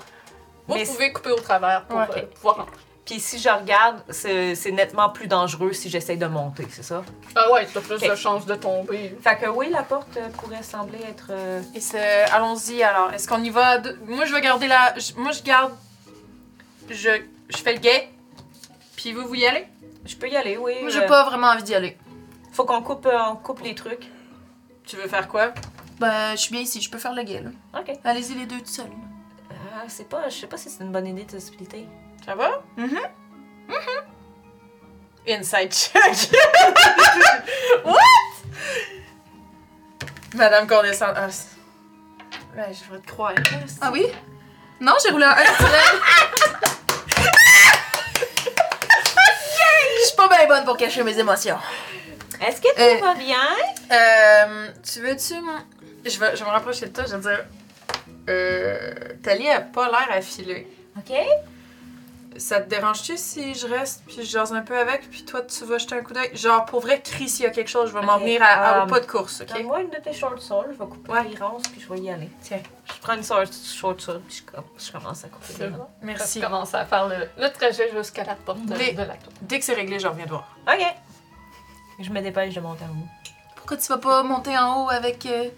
Speaker 1: Vous
Speaker 4: Mais c'est-
Speaker 1: pouvez couper au travers pour
Speaker 2: Ouais.
Speaker 1: euh, pouvoir entrer.
Speaker 4: Puis si je regarde, c'est c'est nettement plus dangereux si j'essaye de monter, c'est ça?
Speaker 1: Ah ouais, t'as plus
Speaker 4: Ok.
Speaker 1: de chances de tomber.
Speaker 4: Fait que oui, la porte euh, pourrait sembler être... euh,
Speaker 2: Et c'est- allons-y alors. Est-ce qu'on y va à deux? Moi, je vais garder la. je- Moi, je garde. Je, je fais le guet. Puis vous, vous y allez?
Speaker 4: Je peux y aller, oui.
Speaker 3: Moi,
Speaker 4: euh,
Speaker 3: j'ai pas vraiment envie d'y aller.
Speaker 4: Faut qu'on coupe, euh, on coupe les trucs.
Speaker 2: Tu veux faire quoi?
Speaker 3: Ben, je suis bien ici, je peux faire le guet, là.
Speaker 4: OK.
Speaker 3: Allez-y les deux tout seuls.
Speaker 4: Ah, c'est pas... Je sais pas si c'est une bonne idée de se splitter.
Speaker 2: Ça va?
Speaker 3: Mhm.
Speaker 2: Mm-hmm. Inside check. What? Madame Condescend. Ah, c'est- ouais, Ben, je vais te croire. là, c'est-
Speaker 3: Ah oui? Non, j'ai roulé un 1 Je suis pas bien bonne pour cacher mes émotions.
Speaker 4: Est-ce que
Speaker 3: Euh,
Speaker 4: tout va bien?
Speaker 3: Euh, tu veux-tu... mon-
Speaker 2: Je vais, je vais me rapprocher de toi, je vais dire. Euh, Thalie a pas l'air affilée.
Speaker 4: OK.
Speaker 2: Ça te dérange-tu si je reste, puis je jase un peu avec, puis toi, tu vas jeter un coup d'œil? Genre, pour vrai, Chris, s'il y a quelque chose, je vais m'en
Speaker 4: Ok,
Speaker 2: venir à, à- au
Speaker 4: um,
Speaker 2: pas de course, OK?
Speaker 4: Donne-moi une de tes short soles, je vais couper
Speaker 2: Ouais.
Speaker 4: les ronces, puis je vais y aller. Tiens, je prends une short, short sole, puis je, com- je commence à couper les
Speaker 1: C'est
Speaker 4: ronces.
Speaker 1: bon.
Speaker 2: Merci.
Speaker 1: Je commence à faire le, le trajet jusqu'à la porte euh,
Speaker 2: Les-
Speaker 1: de la tour.
Speaker 2: Dès que c'est réglé, je reviens te voir.
Speaker 4: OK. Je me dépêche de monter en haut.
Speaker 3: Pourquoi tu vas pas monter en haut avec... euh,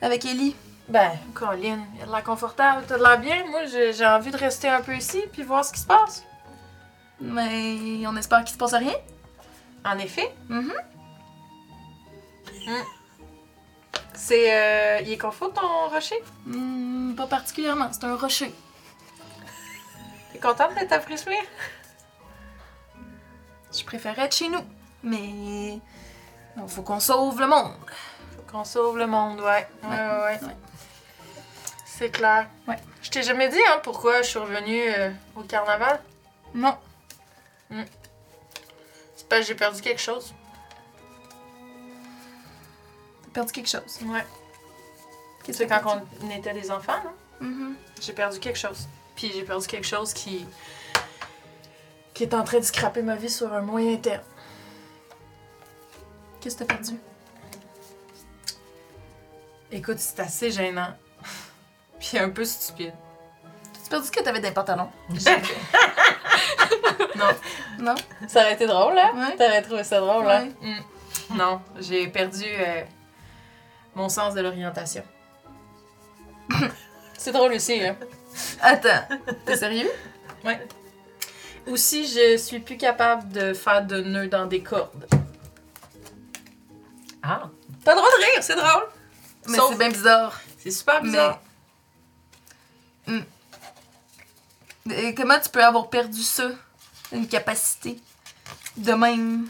Speaker 3: avec Ellie?
Speaker 2: Ben, Colin, il a de l'air confortable, t'as de l'air bien. Moi, j'ai j'ai envie de rester un peu ici, puis voir ce qui se passe.
Speaker 3: Mais on espère qu'il se passe rien.
Speaker 2: En effet.
Speaker 3: Mhm.
Speaker 2: Mm. C'est. euh, il est confort ton rocher?
Speaker 3: Hmm, pas particulièrement, c'est un rocher.
Speaker 2: T'es contente d'être à Frismir?
Speaker 3: Je préférais être chez nous. Mais... non, faut qu'on sauve le monde.
Speaker 2: Qu'on sauve le monde, ouais. Ouais, ouais, ouais.
Speaker 3: Ouais.
Speaker 2: C'est clair.
Speaker 3: Ouais.
Speaker 2: Je t'ai jamais dit hein, pourquoi je suis revenue euh, au carnaval.
Speaker 3: Non.
Speaker 2: C'est parce que j'ai perdu quelque chose.
Speaker 3: T'as perdu quelque chose.
Speaker 2: Ouais.
Speaker 3: Qu'est-ce
Speaker 2: C'est
Speaker 3: que t'as
Speaker 2: quand
Speaker 3: perdu?
Speaker 2: on était des enfants, non?
Speaker 3: Mhm.
Speaker 2: J'ai perdu quelque chose. Puis j'ai perdu quelque chose qui. qui est en train de scraper ma vie sur un moyen terme.
Speaker 3: Qu'est-ce que t'as perdu?
Speaker 2: Écoute, c'est assez gênant. Puis un peu stupide.
Speaker 3: T'as perdu ce que t'avais dans les pantalons? Non?
Speaker 2: Ça aurait été drôle, hein?
Speaker 3: Ouais.
Speaker 2: T'aurais trouvé ça drôle, hein?
Speaker 3: Ouais.
Speaker 2: Mm. Non, j'ai perdu euh, mon sens de l'orientation. c'est drôle aussi, hein?
Speaker 3: Attends, t'es sérieux?
Speaker 2: Aussi, je suis plus capable de faire de nœuds dans des cordes.
Speaker 4: Ah!
Speaker 2: T'as le droit de rire, c'est drôle!
Speaker 3: Mais
Speaker 2: Sauf-
Speaker 3: c'est bien bizarre.
Speaker 2: C'est
Speaker 3: Ah,
Speaker 2: super bizarre.
Speaker 3: Hmm. Et comment tu peux avoir perdu ça? Une capacité. De même.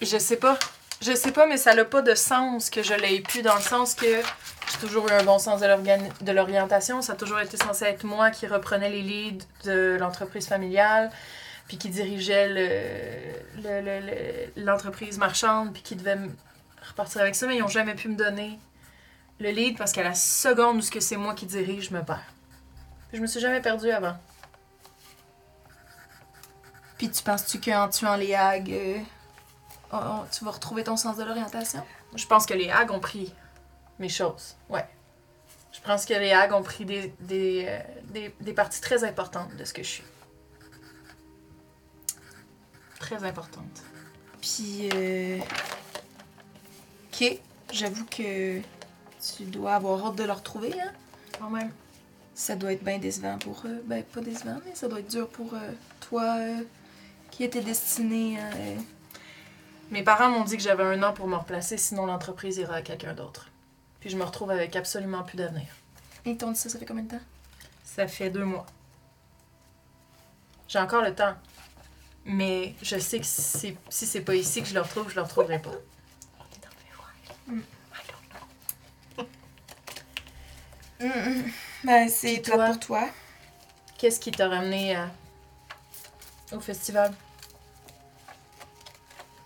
Speaker 2: Je sais pas. Je sais pas, mais ça n'a pas de sens que je l'ai plus, dans le sens que j'ai toujours eu un bon sens de l'organi- de l'orientation. Ça a toujours été censé être moi qui reprenais les leads de l'entreprise familiale, puis qui dirigeait le- le- le- le- l'entreprise marchande, puis qui devait me repartir avec ça, mais ils ont jamais pu me donner le lead parce qu'à la seconde où ce que c'est moi qui dirige, je me perds. Je me suis jamais perdue avant.
Speaker 3: Puis tu penses-tu qu'en tuant les hags, euh, on- on- tu vas retrouver ton sens de l'orientation?
Speaker 2: Je pense que les Hags ont pris mes choses. Ouais. Je pense que les Hags ont pris des, des, euh, des, des parties très importantes de ce que je suis. Très importantes.
Speaker 3: Puis. euh, Ok, j'avoue que tu dois avoir hâte de le retrouver, hein?
Speaker 2: Quand même.
Speaker 3: Ça doit être bien décevant pour eux. Ben, pas décevant, mais ça doit être dur pour euh, toi euh, qui était destiné à. euh,
Speaker 2: Mes parents m'ont dit que j'avais un an pour me replacer, sinon l'entreprise ira à quelqu'un d'autre. Puis je me retrouve avec absolument plus d'avenir.
Speaker 3: Ils t'ont dit ça, ça fait combien de temps?
Speaker 2: Ça fait deux mois. J'ai encore le temps. Mais je sais que si, si c'est pas ici que je le retrouve, je le retrouverai pas.
Speaker 4: On est dans le miroir.
Speaker 3: Ben, c'est
Speaker 2: Puis toi?
Speaker 3: plate pour toi.
Speaker 2: Qu'est-ce qui t'a ramené
Speaker 3: euh,
Speaker 2: à- au festival?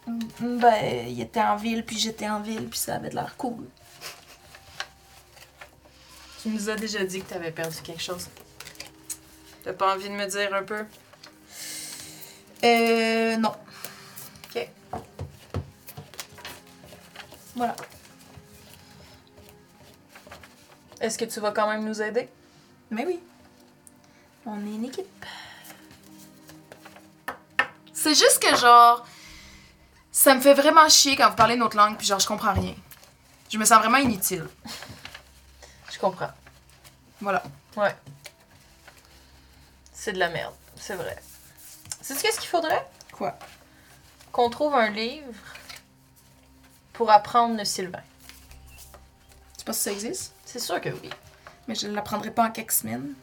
Speaker 3: Mm, Ben, il était en ville, puis j'étais en ville, puis ça avait de l'air cool.
Speaker 2: Tu nous as déjà dit que t'avais perdu quelque chose. T'as pas envie de me dire un peu?
Speaker 3: Euh, non.
Speaker 2: Ok.
Speaker 3: Voilà.
Speaker 2: Est-ce que tu vas quand même nous aider?
Speaker 3: Mais oui. On est une équipe. C'est juste que genre, ça me fait vraiment chier quand vous parlez notre langue, puis genre, je comprends rien. Je me sens vraiment inutile.
Speaker 5: Je comprends.
Speaker 3: Voilà.
Speaker 5: C'est de la merde, c'est vrai. C'est ce qu'il faudrait?
Speaker 3: Quoi?
Speaker 5: Qu'on trouve un livre pour apprendre le sylvain.
Speaker 3: Tu penses que ça existe?
Speaker 5: C'est sûr que oui.
Speaker 3: Mais je ne l'apprendrai pas en quelques semaines.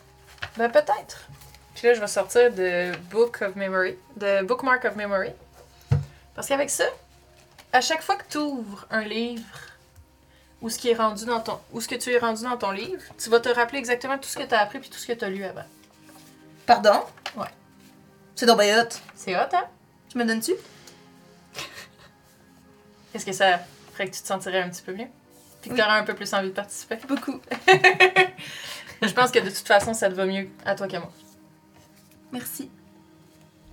Speaker 5: Ben peut-être.
Speaker 2: Puis là, je vais sortir de Book of Memory, de Bookmark of Memory. Parce qu'avec ça, à chaque fois que tu ouvres un livre ou ce qui est rendu dans ton ou ce que tu es rendu dans ton livre, tu vas te rappeler exactement tout ce que tu as appris puis tout ce que tu as lu avant.
Speaker 3: Pardon?
Speaker 2: Ouais.
Speaker 3: C'est donc bien hot.
Speaker 2: C'est hot, hein?
Speaker 3: Tu me donnes-tu?
Speaker 2: Est-ce que ça ferait que tu te sentirais un petit peu mieux? Puis que tu un peu plus envie de participer?
Speaker 3: Beaucoup.
Speaker 2: Je pense que de toute façon, ça te va mieux à toi qu'à moi.
Speaker 3: Merci.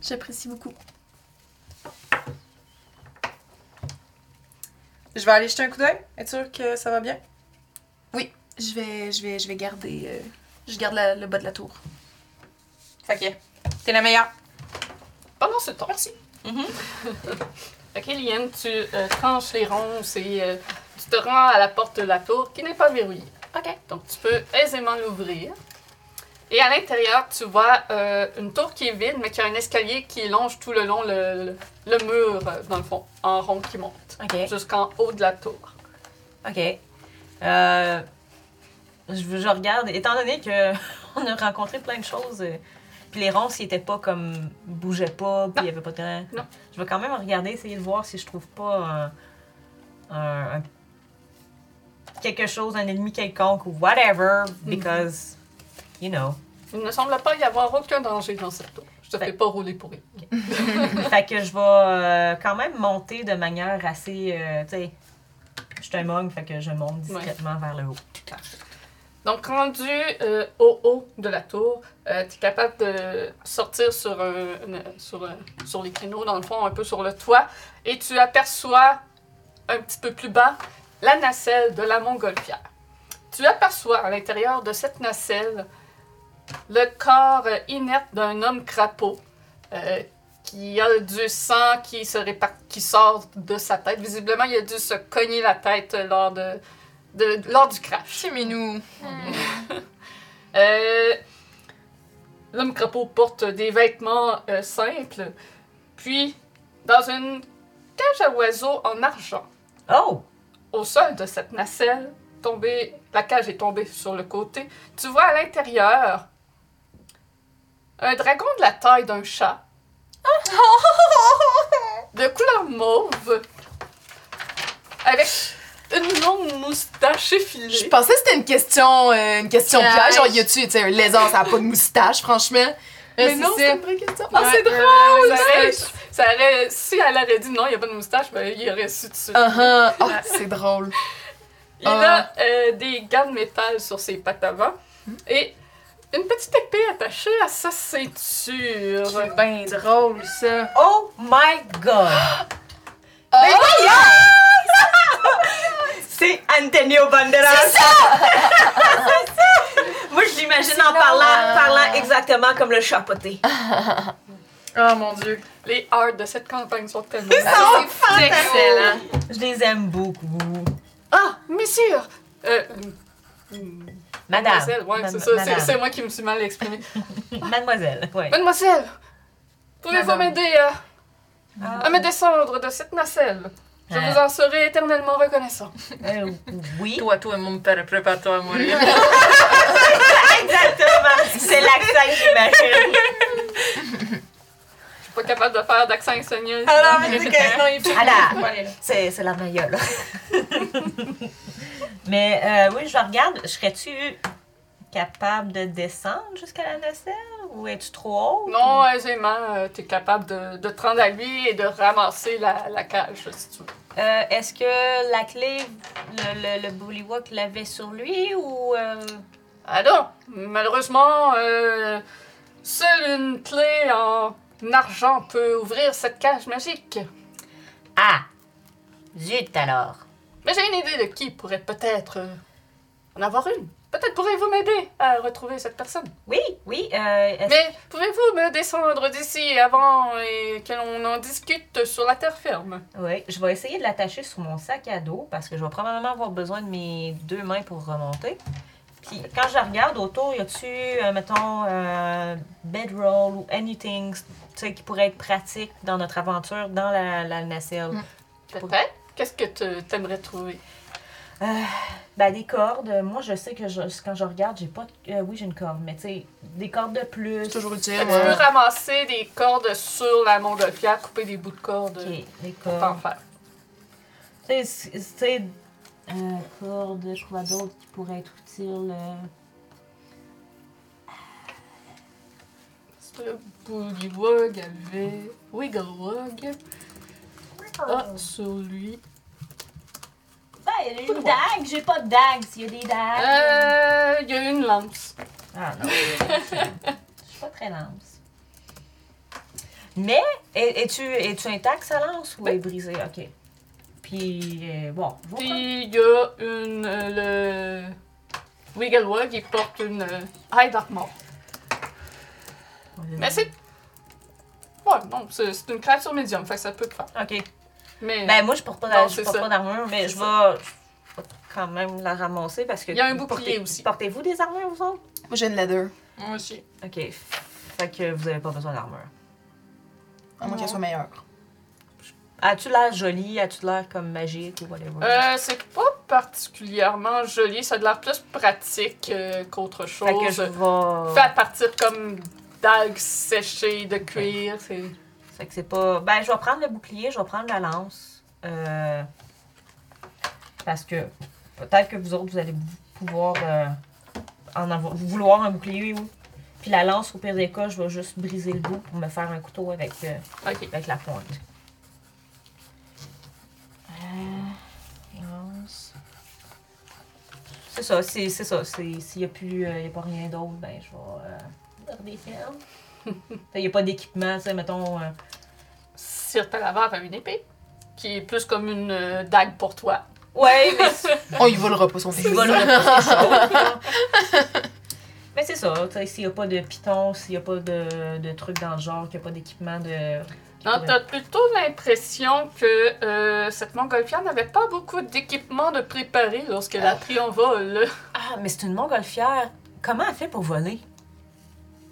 Speaker 3: J'apprécie beaucoup.
Speaker 2: Je vais aller jeter un coup d'œil. Être sûr que ça va bien?
Speaker 3: Je vais, je vais, je vais garder. euh, je garde la- le bas de la tour.
Speaker 2: Fait que t'es la meilleure.
Speaker 1: Pendant ce temps. Merci. ok, Liane, tu euh, tranches les ronces et euh, tu te rends à la porte de la tour qui n'est pas verrouillée.
Speaker 4: Ok.
Speaker 1: Donc, tu peux aisément l'ouvrir. Et à l'intérieur, tu vois euh, une tour qui est vide, mais qui a un escalier qui longe tout le long le, le- le mur, euh, dans le fond, en rond qui monte,
Speaker 4: Ok.
Speaker 1: jusqu'en haut de la tour.
Speaker 4: Ok. Euh, je, je regarde, étant donné que on a rencontré plein de choses, euh, puis les ronces, ils étaient pas comme. bougeaient pas, puis il y avait pas de.
Speaker 1: Non.
Speaker 4: Je vais quand même regarder, essayer de voir si je trouve pas un. un- un- quelque chose, un ennemi quelconque ou whatever,
Speaker 1: Mhm.
Speaker 4: because. you know.
Speaker 1: Il ne semble pas y avoir aucun danger dans cette tour. Je te
Speaker 4: Ben-
Speaker 1: fais pas rouler pour rien.
Speaker 4: fait que je vais euh, quand même monter de manière assez. euh, tu sais. Je suis un monk, fait que je monte discrètement vers le haut.
Speaker 1: Donc, rendu euh, au haut de la tour, tu es capable de sortir sur, un- une- sur, un- sur les créneaux, dans le fond, un peu sur le toit, et tu aperçois un petit peu plus bas la nacelle de la montgolfière. Tu aperçois à l'intérieur de cette nacelle le corps euh, inerte d'un homme crapaud euh, qui a du sang qui, se répar- qui sort de sa tête. Visiblement, il a dû se cogner la tête lors, de, de- lors du crash.
Speaker 3: Chez nous.
Speaker 1: Euh, L'homme crapaud porte des vêtements euh, simples, puis dans une cage à oiseaux en argent.
Speaker 4: Oh!
Speaker 1: Au sol de cette nacelle, tombée, la cage est tombée sur le côté, tu vois à l'intérieur un dragon de la taille d'un chat, de couleur mauve, avec une longue moustache effilée.
Speaker 3: Je pensais que c'était une question, euh, une question
Speaker 2: Piège.
Speaker 3: piège. Genre, y a-tu, tu sais, un lézard, ça a pas de moustache, franchement. Mais,
Speaker 2: c'est
Speaker 3: non, c'est
Speaker 2: ça.
Speaker 3: une vraie question.
Speaker 1: Ah,
Speaker 3: Ah,
Speaker 1: c'est
Speaker 3: c'est
Speaker 1: drôle!
Speaker 3: drôle.
Speaker 1: ça aurait- ça aurait- si elle aurait dit non, il n'y a pas de moustache, ben, il aurait su dessus.
Speaker 3: Ah, ah, ah, c'est drôle.
Speaker 1: Il
Speaker 4: Ah.
Speaker 1: a euh, des gants de métal sur ses pattes avant et une petite épée attachée à sa ceinture.
Speaker 2: C'est bien drôle, ça.
Speaker 4: Oh my god!
Speaker 3: Ah,
Speaker 4: C'est Antonio Banderas! C'est ça! Moi, je l'imagine en parlant, parlant exactement comme le chapoté.
Speaker 2: Oh mon dieu.
Speaker 1: Les hearts de cette campagne sont tellement...
Speaker 4: Oh,
Speaker 2: C'est excellent.
Speaker 4: Je les aime beaucoup.
Speaker 1: Ah, messire! Euh, mm,
Speaker 4: Madame.
Speaker 1: mademoiselle, ouais,
Speaker 4: Madame-
Speaker 1: c'est ça, c'est-
Speaker 4: madame.
Speaker 1: c'est moi qui me suis mal exprimée.
Speaker 4: Mademoiselle, ouais.
Speaker 1: Mademoiselle, pouvez-vous
Speaker 2: Madame.
Speaker 1: m'aider à,
Speaker 4: Ah,
Speaker 1: à me descendre de cette nacelle? Je
Speaker 4: Ah.
Speaker 1: vous en serai éternellement reconnaissant.
Speaker 4: euh, oui.
Speaker 2: Toi, tout le monde te prépare-toi à mourir.
Speaker 4: Exactement. C'est l'accent que j'imagine.
Speaker 1: Je suis pas capable de faire d'accent espagnol.
Speaker 4: Alors, Ah c'est c'est la meilleure. là. Mais euh, oui, je regarde. Serais-tu capable de descendre jusqu'à la nacelle ou es-tu trop haut?
Speaker 1: Non, aisément, euh, t'es capable de, de te rendre à lui et de ramasser la, la cage, si tu veux.
Speaker 4: Euh, Est-ce que la clé, le, le, le Bullywug l'avait sur lui ou. euh,
Speaker 1: Ah non! Malheureusement, euh, seule une clé en argent peut ouvrir cette cage magique.
Speaker 4: Ah Zut alors
Speaker 1: Mais j'ai une idée de qui pourrait peut-être euh, en avoir une. Peut-être pourrez-vous m'aider à retrouver cette personne.
Speaker 4: Oui, oui. euh, est-ce-
Speaker 1: Mais pouvez-vous me descendre d'ici avant et que l'on en discute sur la terre ferme
Speaker 4: Oui, je vais essayer de l'attacher sur mon sac à dos parce que je vais probablement avoir besoin de mes deux mains pour remonter. Puis quand je regarde autour, y a-tu, euh, mettons, euh, bedroll ou anything tu sais, qui pourrait être pratique dans notre aventure dans la, la nacelle?
Speaker 3: Mm.
Speaker 1: Peut-être. Qu'est-ce que tu t'aimerais trouver
Speaker 4: Ben, des cordes. Moi, je sais que je- quand je regarde, j'ai pas. de- euh, oui, j'ai une corde, mais tu sais, des cordes de plus.
Speaker 3: C'est toujours utile.
Speaker 1: Tu peux
Speaker 3: ouais.
Speaker 1: ramasser des cordes sur la montgolfière, couper des bouts de cordes
Speaker 4: Ok, des
Speaker 1: pour t'en
Speaker 4: cordes.
Speaker 1: faire.
Speaker 4: Tu sais, c'est- tu sais, euh, cordes, je crois d'autres qui pourraient être utiles. euh,
Speaker 1: C'est le Boogywog avait Wigglewog. Ah, sur lui.
Speaker 4: Ben, il y a une dague, j'ai pas de dague s'il y a des dagues.
Speaker 1: Euh, il y a une lance.
Speaker 4: Ah non, je suis pas très lance. Mais, es- es-tu es-tu intact sa lance ou
Speaker 1: Oui.
Speaker 4: est brisée? Ok. Puis, euh, bon, je vais prendre-
Speaker 1: Puis il y a une. euh, le Wigglewog, il porte une euh, Hide Armor. Mais c'est. Ouais, non, c'est c'est une créature médium, fait que ça peut le faire.
Speaker 4: Ok.
Speaker 1: Mais
Speaker 4: Ben, moi, je porte pas
Speaker 1: Non,
Speaker 4: d'armure, je
Speaker 1: c'est
Speaker 4: porte
Speaker 1: ça.
Speaker 4: pas d'armure, mais je
Speaker 1: C'est
Speaker 4: vais je vais quand même la ramasser parce que.
Speaker 1: Il y a un
Speaker 4: vous
Speaker 1: bouclier
Speaker 4: portez-
Speaker 1: aussi.
Speaker 4: Portez-vous des armures, vous autres?
Speaker 3: Moi, j'ai une leather.
Speaker 2: Moi aussi.
Speaker 4: Ok. Fait que vous avez pas besoin d'armure.
Speaker 3: À moins qu'elle soit meilleure.
Speaker 4: As-tu l'air jolie? As-tu l'air comme magique ou whatever?
Speaker 1: euh, c'est pas particulièrement joli, ça a de l'air plus pratique euh, qu'autre chose.
Speaker 4: fait que je vais.
Speaker 1: Fait à partir comme d'algues séchées de cuir, c'est.
Speaker 4: Fait que c'est pas. Ben, je vais prendre le bouclier, je vais prendre la lance. euh, Parce que peut-être que vous autres, vous allez pouvoir euh, en avoir- vouloir un bouclier. oui. Puis la lance, au pire des cas, je vais juste briser le bout pour me faire un couteau avec, euh,
Speaker 1: Ok.
Speaker 4: avec la pointe. Euh, lance. C'est ça, c'est c'est ça. c'est- S'il n'y a plus, euh, il y a pas rien d'autre, ben je vais euh, garder ferme. Il n'y a pas d'équipement, tu sais, mettons. euh,
Speaker 1: Sir Talavave a une épée, qui est plus comme une euh, dague pour toi.
Speaker 4: Ouais, mais c'est
Speaker 3: On y volera pas son
Speaker 4: pas le repousser ça. Mais c'est ça, tu sais, s'il n'y a pas de piton, s'il n'y a pas de, de trucs dans le genre, qu'il n'y a pas d'équipement de.
Speaker 1: Non, t'as plutôt l'impression que euh, cette montgolfière n'avait pas beaucoup d'équipement de préparer lorsqu'elle
Speaker 4: Oh.
Speaker 1: a pris en vol.
Speaker 4: Ah, mais c'est une montgolfière. Comment elle fait pour voler?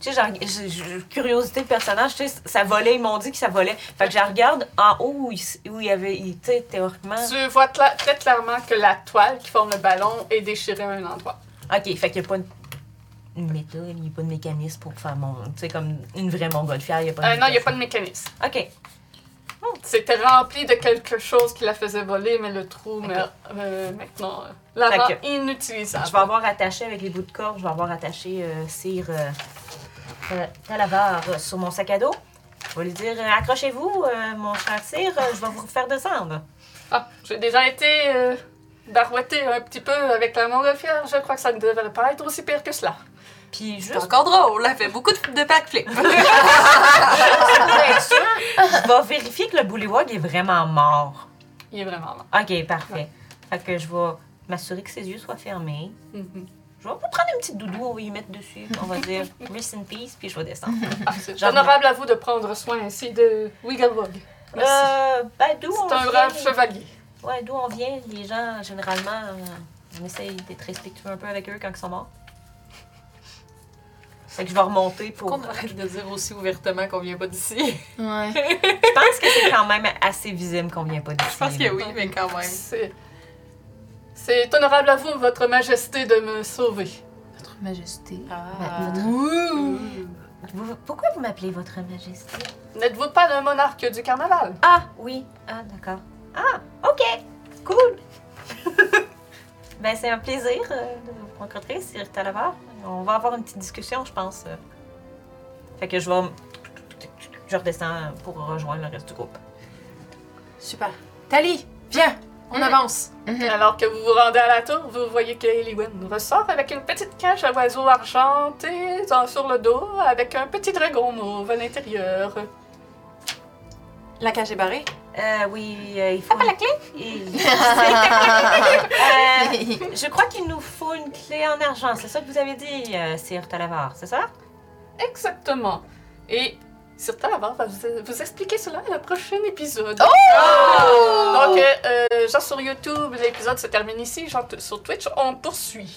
Speaker 4: Tu sais, j'en- j'ai- j'ai- curiosité de personnage, tu sais, ça volait, ils m'ont dit que ça volait. Fait que je regarde en haut où il, s- où il y avait, il- tu sais, théoriquement.
Speaker 1: Tu vois cla- très clairement que la toile qui forme le ballon est déchirée à un endroit.
Speaker 4: Ok, fait qu'il n'y a pas une, une méthode, il n'y a pas de mécanisme pour faire mon. Tu sais, comme une vraie montgolfière, il n'y a pas
Speaker 1: Euh, non, il n'y a pas de mécanisme.
Speaker 4: Ok.
Speaker 1: C'était rempli de quelque chose qui la faisait voler, mais le trou, mais, euh, maintenant, euh, la
Speaker 4: Fait
Speaker 1: rend
Speaker 4: que- Je
Speaker 1: inutilisable.
Speaker 4: vais avoir attaché avec les bouts de corde, je vais avoir attaché euh, cire euh, euh, Talavar sur mon sac à dos. Je vais lui dire euh, accrochez-vous, euh, mon cher cire, euh, je vais vous faire descendre.
Speaker 1: Ah, j'ai déjà été euh, barouettée un petit peu avec la montgolfière. Je crois que ça ne devrait pas être aussi pire que cela.
Speaker 4: Puis
Speaker 6: C'est
Speaker 4: juste,
Speaker 6: encore drôle, elle fait beaucoup de, de backflips.
Speaker 4: pour être sûr, je vais vérifier que le bullywog est vraiment mort.
Speaker 1: Il est vraiment là.
Speaker 4: Ok, parfait. Fait que je vais m'assurer que ses yeux soient fermés.
Speaker 1: Mhm.
Speaker 4: Je vais prendre une petite doudou, on va y mettre dessus. On va dire rest in peace, puis je vais descendre.
Speaker 1: Ah, c'est
Speaker 4: J'en ai-
Speaker 1: honorable à vous de prendre soin ainsi de Wigglewog. Merci.
Speaker 4: Euh, ben, d'où on
Speaker 1: c'est un
Speaker 4: vient,
Speaker 1: brave
Speaker 4: les-
Speaker 1: chevalier.
Speaker 4: Ouais, d'où on vient, les gens, généralement, euh, on essaye d'être respectueux un peu avec eux quand ils sont morts. Fait que je vais remonter pour.
Speaker 2: Qu'on arrête de dire aussi ouvertement qu'on vient pas d'ici.
Speaker 3: Ouais.
Speaker 4: Je pense que c'est quand même assez visible qu'on vient pas d'ici.
Speaker 2: Je pense que oui, mais quand même.
Speaker 1: C'est... c'est honorable à vous, Votre Majesté, de me sauver.
Speaker 3: Votre Majesté.
Speaker 2: Ah.
Speaker 4: Vous- pourquoi vous m'appelez Votre Majesté
Speaker 1: N'êtes-vous pas le monarque du carnaval?
Speaker 4: Ah, oui. Ah, d'accord. Ah, ok. Cool. ben, c'est un plaisir euh, de vous rencontrer, Cyril Talavar. On va avoir une petite discussion, je pense. euh. Fait que je vais. Je redescends pour rejoindre le reste du groupe.
Speaker 2: Super. Tali, viens, on avance.
Speaker 1: Alors que vous vous rendez à la tour, vous voyez que Eliwen ressort avec une petite cage à oiseaux argentés dans- sur le dos, avec un petit dragon mauve à l'intérieur.
Speaker 6: La cage est barrée.
Speaker 4: Euh, oui, euh, il faut. la clé Euh, Je crois qu'il nous faut une clé en argent. C'est ça que vous avez dit, euh, Sir Talavar, c'est ça
Speaker 1: Exactement. Et Sir Talavar va vous, vous expliquer cela à la prochaine épisode. Donc, euh, euh, genre sur YouTube, l'épisode se termine ici. Genre t- sur Twitch, on poursuit.